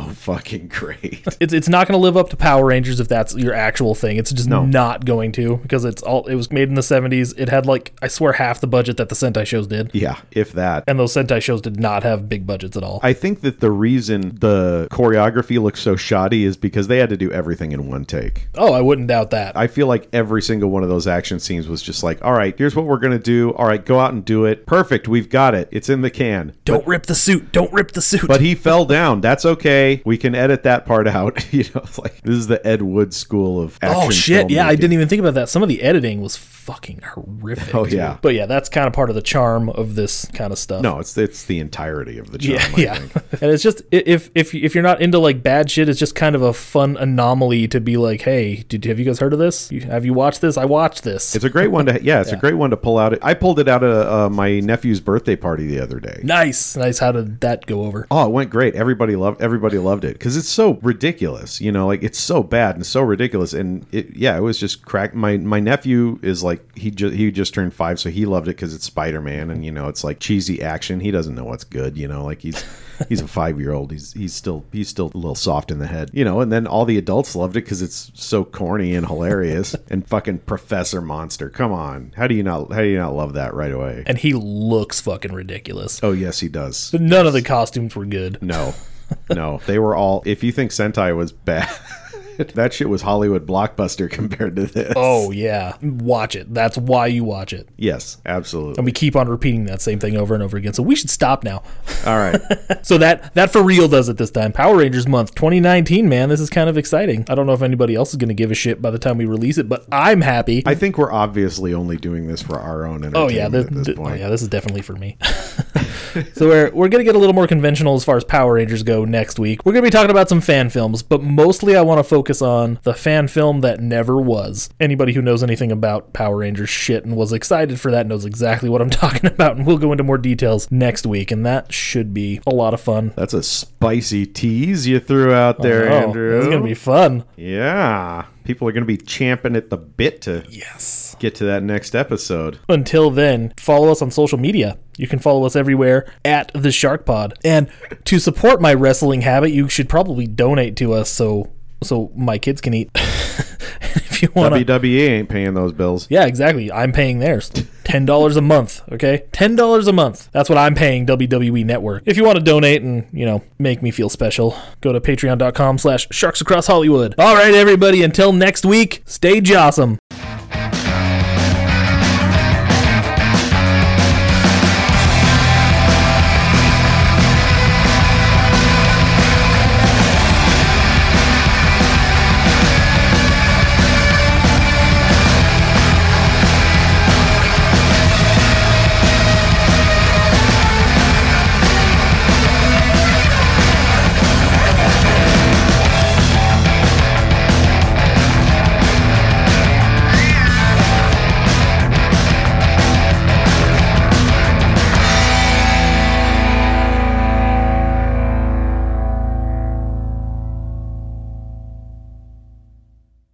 Speaker 3: fucking great.
Speaker 2: It's it's not going to live up to Power Rangers if that's your actual thing. It's just not going to because it's all. It was made in the '70s. It had like I swear half the budget that the Sentai shows did,
Speaker 3: yeah, if that.
Speaker 2: and those Sentai shows did not have big budgets at all.
Speaker 3: I think that the reason the choreography looks so shoddy is because they had to do everything in one take.
Speaker 2: oh, I wouldn't doubt that.
Speaker 3: I feel like every single one of those action scenes was just like, all right, here's what we're going to do. All right, go out and do it. Perfect. We've got it. It's in the can.
Speaker 2: don't rip the suit. Don't rip the suit.
Speaker 3: But he fell down. That's okay. We can edit that part out. You know, it's like this is the Ed Wood school of action.
Speaker 2: Oh shit! Yeah, I
Speaker 3: filmmaking.
Speaker 2: didn't even think about that. Some of the editing was fucking horrific.
Speaker 3: Oh,
Speaker 2: dude.
Speaker 3: yeah.
Speaker 2: but yeah, that's kind of part of the charm of this kind of stuff.
Speaker 3: No, it's it's the entirety of the job.
Speaker 2: Yeah,
Speaker 3: I
Speaker 2: yeah.
Speaker 3: think.
Speaker 2: and it's just i- if if if you're not into like bad shit, it's just kind of a fun anomaly to be like, hey, did have you guys heard of this? You, have you watched this? I watched this.
Speaker 3: It's a great one to yeah. It's a great one to pull out. I pulled it out at uh, my nephew's birthday party the other day.
Speaker 2: nice, nice. How did that go over?
Speaker 3: Oh, it went great. Everybody loved everybody loved it because it's so ridiculous. You know, like it's so bad and so ridiculous. And it yeah, it was just crack. My my nephew is like he just he just turned five, so he loved it because it's Spider Man and you know it's like cheesy action. He doesn't know what's good. You know, like he's he's a five year old. He's he's still he's still a little soft in the head. You know, and then all the adults loved it because it's so corny and hilarious and fucking Professor Monster. Come on, how do you not how do you not love that right away?
Speaker 2: And he looks fucking ridiculous.
Speaker 3: Oh yes, he does.
Speaker 2: But none of the costumes were good.
Speaker 3: No, no, they were all. If you think Sentai was bad, that shit was Hollywood blockbuster compared to this.
Speaker 2: Oh yeah, watch it. That's why you watch it.
Speaker 3: yes, absolutely.
Speaker 2: And we keep on repeating that same thing over and over again. So we should stop now.
Speaker 3: all right,
Speaker 2: So that that for real does it this time. Power Rangers month 2019, man. This is kind of exciting. I don't know if anybody else is going to give a shit by the time we release it, but I'm happy.
Speaker 3: I think we're obviously only doing this for our own entertainment
Speaker 2: Oh yeah, this,
Speaker 3: at this
Speaker 2: th-
Speaker 3: point.
Speaker 2: oh yeah, this is definitely for me. so we're we're gonna get a little more conventional as far as Power Rangers go next week. We're gonna be talking about some fan films, but mostly I want to focus focus on the fan film that never was. Anybody who knows anything about Power Rangers shit and was excited for that knows exactly what I'm talking about, and we'll go into more details next week, and that should be a lot of fun.
Speaker 3: That's a spicy tease you threw out there,
Speaker 2: Oh,
Speaker 3: Andrew.
Speaker 2: It's going to be fun.
Speaker 3: yeah. People are going to be champing at the bit to
Speaker 2: Yes.
Speaker 3: get to that next episode.
Speaker 2: Until then, follow us on social media. You can follow us everywhere at the Shark Pod. And to support my wrestling habit, you should probably donate to us so so my kids can eat. if you want to
Speaker 3: WWE E ain't paying those bills.
Speaker 2: Yeah, exactly. I'm paying theirs. Ten dollars a month. Okay, ten dollars a month. That's what I'm paying WWE Network. If you want to donate and you know make me feel special, go to patreon.com/slash Sharks Across Hollywood. All right, everybody. Until next week, stay jawsome.